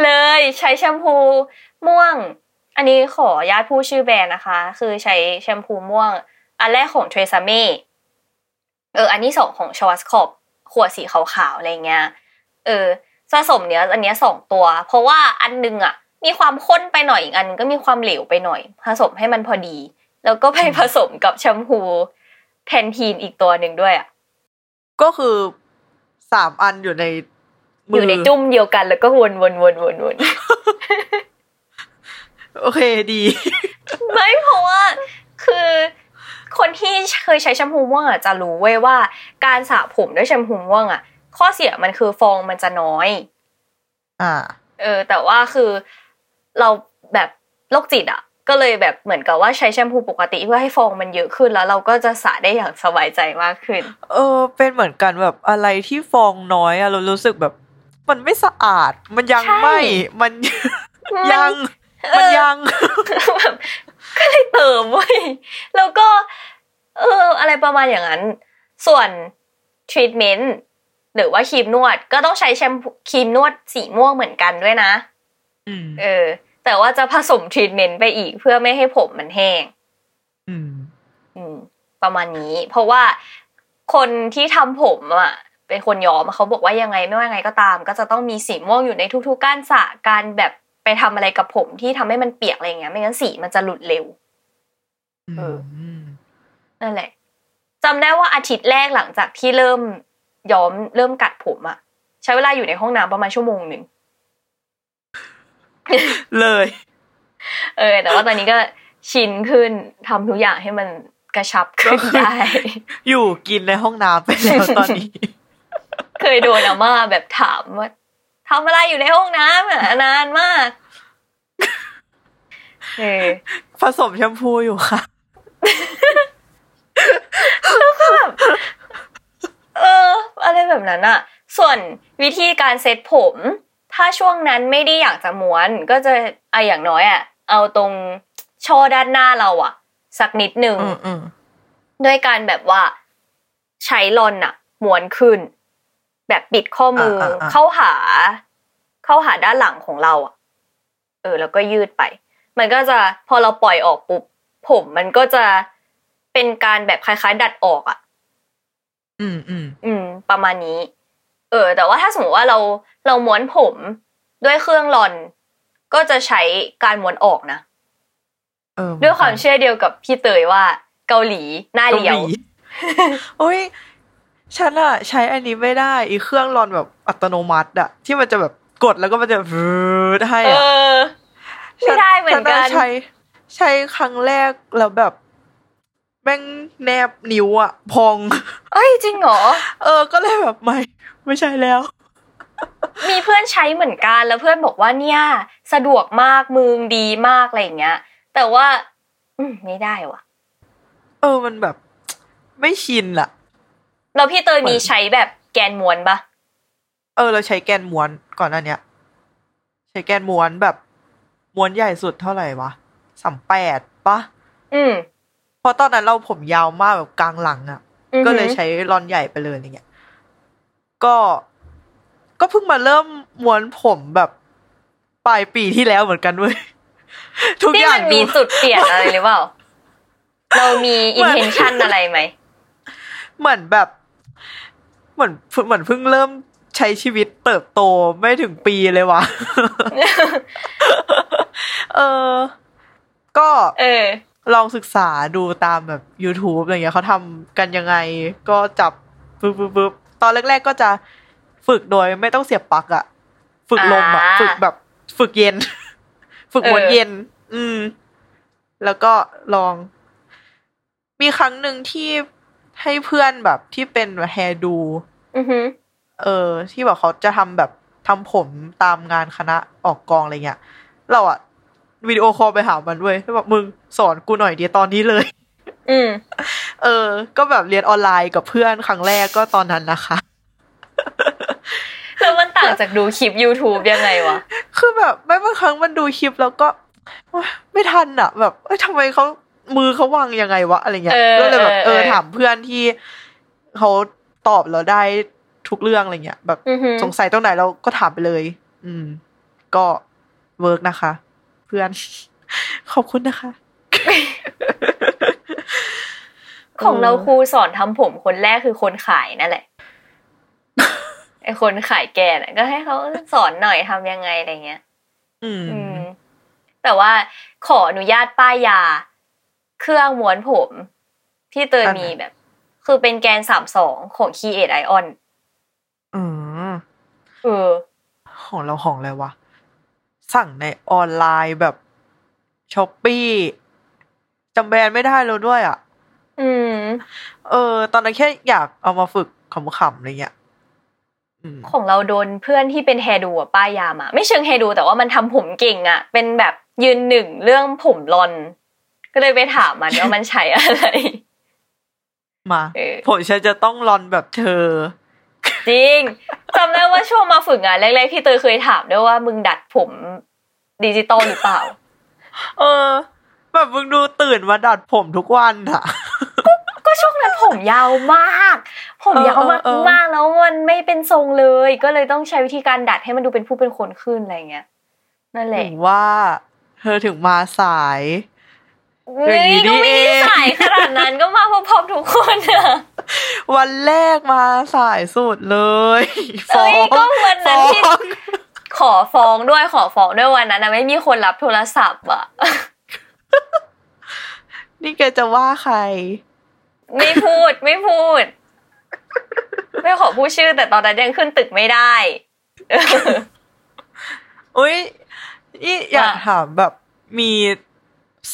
เลยใช้แชมพูม่วง อันนี้ขออนุญาตพูดชื่อแบรนด์นะคะ คือใช้แชมพูม่วง อันแรกของเทรซาเม่เออ อันที่สองของชวัสคอบขวดสีขาวๆอะไรเงี้ยเออสะสมเนี้ยอันเนี้ยสองตัว เพราะว่าอันนึงอ่ะ มีความข้นไปหน่อยอีกอันนึงก็มีความเหลวไปหน่อย ผสมให้มันพอดี แล้วก็ไปผสมกับแชมพูแพนทีนอีกตัวหนึ่งด้วยอ่ะ
ก็คือสามอันอยู่ใน
อ
มือยู่
ในจุ้มเดียวกันแล้วก็วนวนวนวนวน
โอเคดี
ไม่เพราะว่าคือคนที่เคยใช้แชมพูม่วงอ่ะจะรู้เว้ยว่า การสระผมด้วยแชมพูม่วงอ่ะ ข้อเสียมันคือฟองมันจะน้อย
อ่า
เออ แต่ว่าคือเราแบบโรคจิตอ่ะ ก็เลยแบบเหมือนกับว่าใช้แชมพูปกติเพื่อให้ฟองมันเยอะขึ้นแล้วเราก็จะสระได้อย่างสบายใจมากขึ้น
เออ เป็นเหมือนกันแบบอะไรที่ฟองน้อยอะเรารู้สึกแบบ มันไม่สะอาด มันยัง
ใช่
ไม่มัน
[laughs]
ยัง มันยัง
แบบก็เลยเติมเว้ยแล้วก็ เออ อะไรประมาณอย่างนั้น ส่วนทรีทเมนต์หรือว่าครีมนวด ก็ต้องใช้แชมพูครีมนวดสีม่วงเหมือนกันด้วยนะ
อืม
เออ แต่ว่าจะผสมทรีทเมนต์ไปอีกเพื่อไม่ให้ผมมันแห้ง
อืม
อืม ประมาณนี้ เพราะว่าคนที่ทำผมอ่ะ เป็นคนย้อมอะเขาบอกว่ายังไงไม่ว่ายังไงก็ตาม ก็จะต้องมีสีม่วงอยู่ในทุกๆ การสระการแบบไปทำอะไรกับผมที่ทำให้มันเปียกอะไรอย่างเงี้ยไม่งั้นสีมันจะหลุดเร็ว เออ นั่นแหละจำได้ว่าอาทิตย์แรกหลังจากที่เริ่มย้อมเริ่มกัดผมอะใช้เวลาอยู่ในห้องน้ำประมาณชั่วโมงหนึ่ง
เลย
เออ แต่ว่าตอนนี้ก็ชินขึ้นทำทุกอย่างให้มันกระชับขึ้นได้
อยู่กินในห้องน้ำไปแล้วตอน
[laughs]
นี้
เคยโดนอาม่าแบบถามว่าทำอะไรอยู่ในห้องน้ำอะนานมากเออ
ผสมแชมพูอยู่ค่ะ
เออ อะไรแบบนั้นอะส่วนวิธีการเซ็ตผม ถ้าช่วงนั้นไม่ได้อยากจะม้วน ก็จะไอะอย่างน้อยอะเอาตรงช่อด้านหน้าเราอะสักนิดหนึ่ง
อืมอืม
ด้วยการแบบว่าใช้ลอนอะม้วนขึ้น แบบปิดข้อมืออา
อ่า
เข้าหา เข้าหาด้านหลังของเราอะเออ แล้วก็ยืดไป มันก็จะพอเราปล่อยออกปุ๊บผมมันก็จะเป็นการแบบคล้ายๆ ดัดออกอะ
อืมอืม
อืม ประมาณนี้ เออ แต่ว่าถ้าสมมติว่าเราเราม้วนผมด้วยเครื่องลอน ก็จะใช้การม้วนออกนะ
เออ
ด้วยความเชื่อเดียวกับพี่เตยว่าเกาหลีหน้า
เกาห
เรียว
ลีโอ้ย ฉันอะใช้อันนี้ไม่ได้อีเครื่องรอนแบบอัตโนมัติอะที่มันจะแบบกดแล้วก็มันจะ [laughs] ฟืดให้
เอ
อะ
อ ไม่ได้เหมือนกัน
ฉัะใช้ ใช้ครั้งแรกแล้วแบบ แม่งแนบนิ้วอะพอง [laughs]
เอ้ยจริงเหรอ
เออ ก็เลยแบบไม่ ไม่ใช่แล้ว
มีเพื่อนใช้เหมือนกันแล้วเพื่อนบอกว่าเนี่ย สะดวกมากมึงดีมากอะไรอย่างเงี้ย แต่ว่า อืมไม่ได้ว่ะ
เออมันแบบ ไม่ชินอะ
แล้วพี่เตยมีใช้แบบแกนม้วนปะ
เออ เราใช้แกนม้วนก่อนอันเนี้ย ใช้แกนม้วนแบบม้วนใหญ่สุดเท่าไหร่วะสามแปดปะ
อืม
เพราะตอนนั้นเราผมยาวมากแบบกลางหลังอะ่ะ
อือหือ
ก็เลยใช้รอนใหญ่ไปเลยอย่างเงี้ย ก็ ก็เพิ่งมาเริ่มม้วนผมแบบปลายปีที่แล้วเหมือนกันเว้ย [laughs] ทุก
ที่
อย่า
มั
ง
น
ดู
มีจุดเปลี่ยนอะไรหรือเปล่า เรามี intention อะไรไหม
เหมือนแบบ เหมือนเหมือนเพิ่งเริ่มใช้ชีวิตเติบโตไม่ถึงปีเล
[laughs]
ยวะ [laughs] เออ ก็
เออ
ลองศึกษาดูตามแบบ YouTube อะไรเงี้ยเขาทำกันยังไง ก็จับปึ๊บปึ๊บปึ๊บตอนแรก ๆ ก็จะฝึกโดยไม่ต้องเสียบปลั๊กอะฝึกลมอะ
อ่า
ฝึกแบบ ฝึกเย็น [laughs] ฝึก
เออ
วนเย็น อืม แล้วก็ลอง มีครั้งหนึ่งที่ให้เพื่อนแบบที่เป็นแฮดู
อือหือ
เออ ที่แบบเขาจะทำแบบทำผมตามงานคณะออกกองอะไรเงี้ยเราอะวิดีโอคอลไปหามันเว้ยแล้วแบบมึงสอนกูหน่อยดีตอนนี้เลย [laughs]
อืม
เออ ก็แบบเรียนออนไลน์กับเพื่อนครั้งแรกก็ตอนนั้นนะคะ [laughs]
แล้วมันต่างจากดูคลิป YouTube ยังไงวะ
คือแบบไม่บางครั้งมันดูคลิปแล้วก็โอ๊ยไม่ทันอะแบบเอ้ยทำไมเขามือเขาวางยังไงวะอะไรเงี้ย
เออ
ก็เลยแบบ
เอ
เอ
อ
อ
เออ
ถามเพื่อนที่เขาตอบเราได้ทุกเรื่องอะไรเงี้ยแบบ
อือหือ
สงสัยตรงไหนเราก็ถามไปเลย อืม ก็เวิร์กนะคะ เพื่อน [laughs] ขอบคุณนะคะ
[laughs] ของเราครูสอนทำผมคนแรกคือคนขายนั่นแห [laughs] ละ ไอคนขายแกน่ะ ก็ให้เขาสอนหน่อยทำยังไงอะไรเงี้ย
อืม
อืม แต่ว่าขออนุญาตป้ายยา เครื่องม้วนผม ที่เตย
อันไหน
มีแบบ คือเป็นแกนสามสองของ Create Ion
อืม
เออ
ของเราของอะไรวะ สั่งในออนไลน์แบบช้อปปี้จำแบรนด์ไม่ได้แล้วด้วยอ่ะ
อืม
เออ ตอนนั้นแค่อยากเอามาฝึกขำๆอะไรเงี้ยอืม
ของเราโดนเพื่อนที่เป็นแฮดูอะป้ายยามา ไม่เชิงแฮดูแต่ว่ามันทำผมเก่งอะเป็นแบบยืนหนึ่งเรื่องผมรอน ก็เลยไปถามมัน ว่ามันใช้อะไร
มา
เออ
ผมฉันจะต้องรอนแบบเธอ
จริงจำได้ว่าช่วงมาฝึกงานแรกๆพี่เตยเคยถามด้วยว่ามึงดัดผมดิจิตอลหรือเปล่า
เออ แบบมึงดูตื่นมาดัดผมทุกวันอ่ะ
ก็ช่วงนั้นผมยาวมาก ผมยาวมาก
เออเออเออ
มากแล้วมันไม่เป็นทรงเลย ก็เลยต้องใช้วิธีการดัดให้มันดูเป็นผู้เป็นคนขึ้นอะไรเงี้ยนั่นแหละ
ถึงว่าเธอถึงมาสาย อย่างนี้
นี่ก็ไม่
นี่
ได้
เอง
สายขนาดนั้นก็มาพร้อมๆทุกคนอะ
วันแรกมาสายสุดเลย
เอ้ยก็วันนั้
ฟ้
น
อง
ที่ขอฟ้องด้วยขอฟ้องด้วยวันนั้นนะไม่มีคนรับโทรศัพท์อ่ะ
นี่แกจะว่าใคร
ไม่พูดไม่พูด ไม่ขอพูดชื่อ แต่ตอนนั้นยังขึ้นตึกไม่ได้
อุ้ยนี่อยาก
ว่า
ถามแบบมี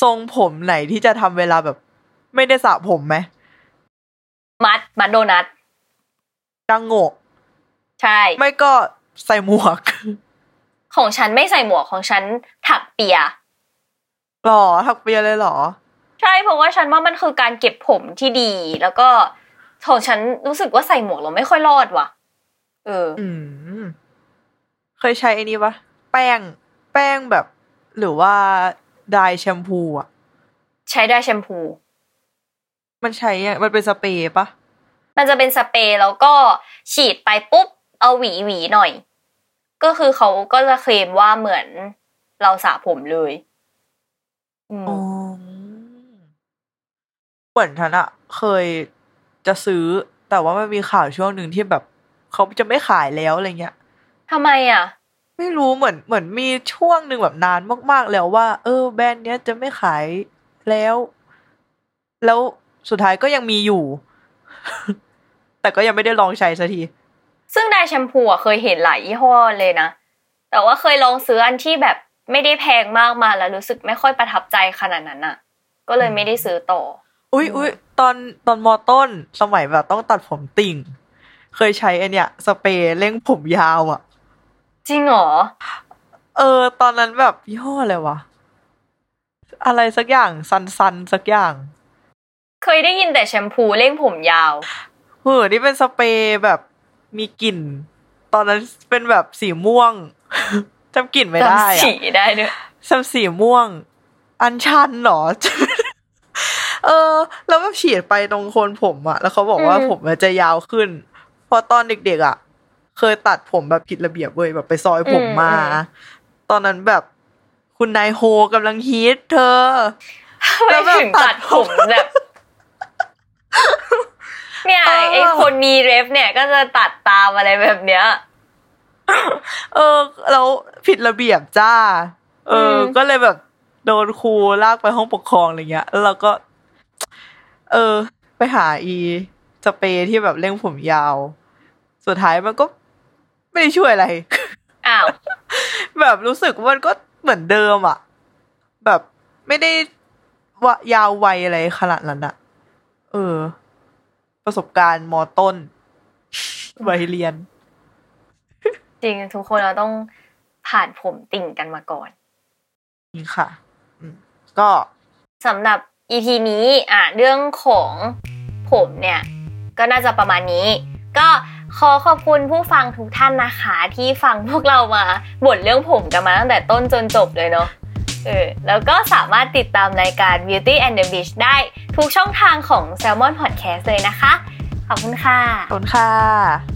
ทรงผมไหนที่จะทำเวลาแบบ ไม่ได้สระผมไหม
มัดมัดโดนัท
ดังโงก
ใช่
ไม่ก็ใส่หมวก [laughs]
ของฉันไม่ใส่หมวกของฉันถักเปีย
หรอถักเปียเลยหรอ
ใช่เพราะว่าฉันว่ามันคือการเก็บผมที่ดี แล้วก็ของฉันรู้สึกว่าใส่หมวกเราไม่ค่อยรอดว่ะ เออ
อืม เคยใช้ไอ้นี่ปะแป้ง แป้งแบบ หรือว่าดายแชมพูอ่ะ
ใช้ได้แชมพู
มันใช้ยังมันเป็นสเปรย์ปะ
มันจะเป็นสเปรย์แล้วก็ฉีดไปปุ๊บ เอาหวีหวีหน่อย ก็คือเขาก็จะเคลมว่าเหมือนเราสระผมเลยอืม
อ๋อเหมือนฉันอะเคยจะซื้อ แต่ว่ามันมีข่าวช่วงหนึ่งที่แบบเขาจะไม่ขายแล้วอะไรเงี้ย
ทำไมอ่ะ
ไม่รู้เหมือนเหมือนมีช่วงหนึ่งแบบนานมาก ๆ แล้วว่า เออ แบรนด์เนี้ยจะไม่ขายแล้ว แล้วสุดท้ายก็ยังมีอยู่ [laughs] แต่ก็ยังไม่ได้ลองใช้สักที
ซึ่งได้แชมพูอ่ะเคยเห็นหลายยี่ห้อเลยนะ แต่ว่าเคยลองซื้ออันที่แบบไม่ได้แพงมากมาแล้วรู้สึกไม่ค่อยประทับใจขนาดนั้นอ่ะ ก็เลยไม่ได้ซื้อต่อ
อุ้ย
อืม
อุ้ยตอนตอนมอต้นสมัยแบบต้องตัดผมติ่ง เคยใช้ไอเนี้ยสเปรย์เร่งผมยาวอะ
จริงเหรอ
เออ ตอนนั้นแบบยี่ห้ออะไรวะ อะไรสักอย่างซันซันๆสักอย่าง
เคยได้ยินแต่แชมพูเร่งผมยาว
เออนี่เป็นสเปรย์แบบมีกลิ่น ตอนนั้นเป็นแบบสีม่วง [laughs] จำกลิ่นไม่ได้
จำ
อะ
สีได้ด้วย
จำสีม่วง อันชันเหรอ [laughs] เออ แล้วแบบฉีดไปตรงโคนผมอะแล้วเขาบอกว่าผมมันจะยาวขึ้น พอตอนเด็กๆอะ เคยตัดผมแบบผิดระเบียบเว้ยแบบไปซอยผม
อืม
มา
อืม
ตอนนั้นแบบคุณนายโฮกำลังฮิตเธอ แล้
ไม่
วแบบ
ถึงตัดผมแบบ เนี่ย
เออ
ไอคนมีเรฟเนี่ยก็จะตัดตามอะไรแบบเนี้ย
เออแล้วผิดระเบียบจ้า เอออ
ม
ก็เลยแบบโดนครูลากไปห้องปกครองอะไรเงี้ย แล้วเราก็ เออ ไปหาอีสเปรย์ที่แบบเล่งผมยาว สุดท้ายมันก็ไม่ได้ช่วยอะไร [laughs]
อ้าว
แบบรู้สึกว่ามันก็เหมือนเดิมอะแบบไม่ได้ว่ายาววัยอะไรขนาดนั้นอะเออ ประสบการณ์มอต้นวัยเรียน
จริงทุกคนเราต้องผ่านผมติ่งกันมาก่อน
นี่ค่ะ อืมก็
สำหรับ EP นี้อ่ะเรื่องของผมเนี่ย ก็น่าจะประมาณนี้ ก็ขอขอบคุณผู้ฟังทุกท่านนะคะ ที่ฟังพวกเรามาบ่นเรื่องผมกันมาตั้งแต่ต้นจนจบเลยเนาะเออแล้วก็สามารถติดตามรายการ Beauty and the Beach ได้ทุกช่องทางของ Salmon Podcast เลยนะคะ ขอบคุณค่ะ
ขอบคุณค่ะ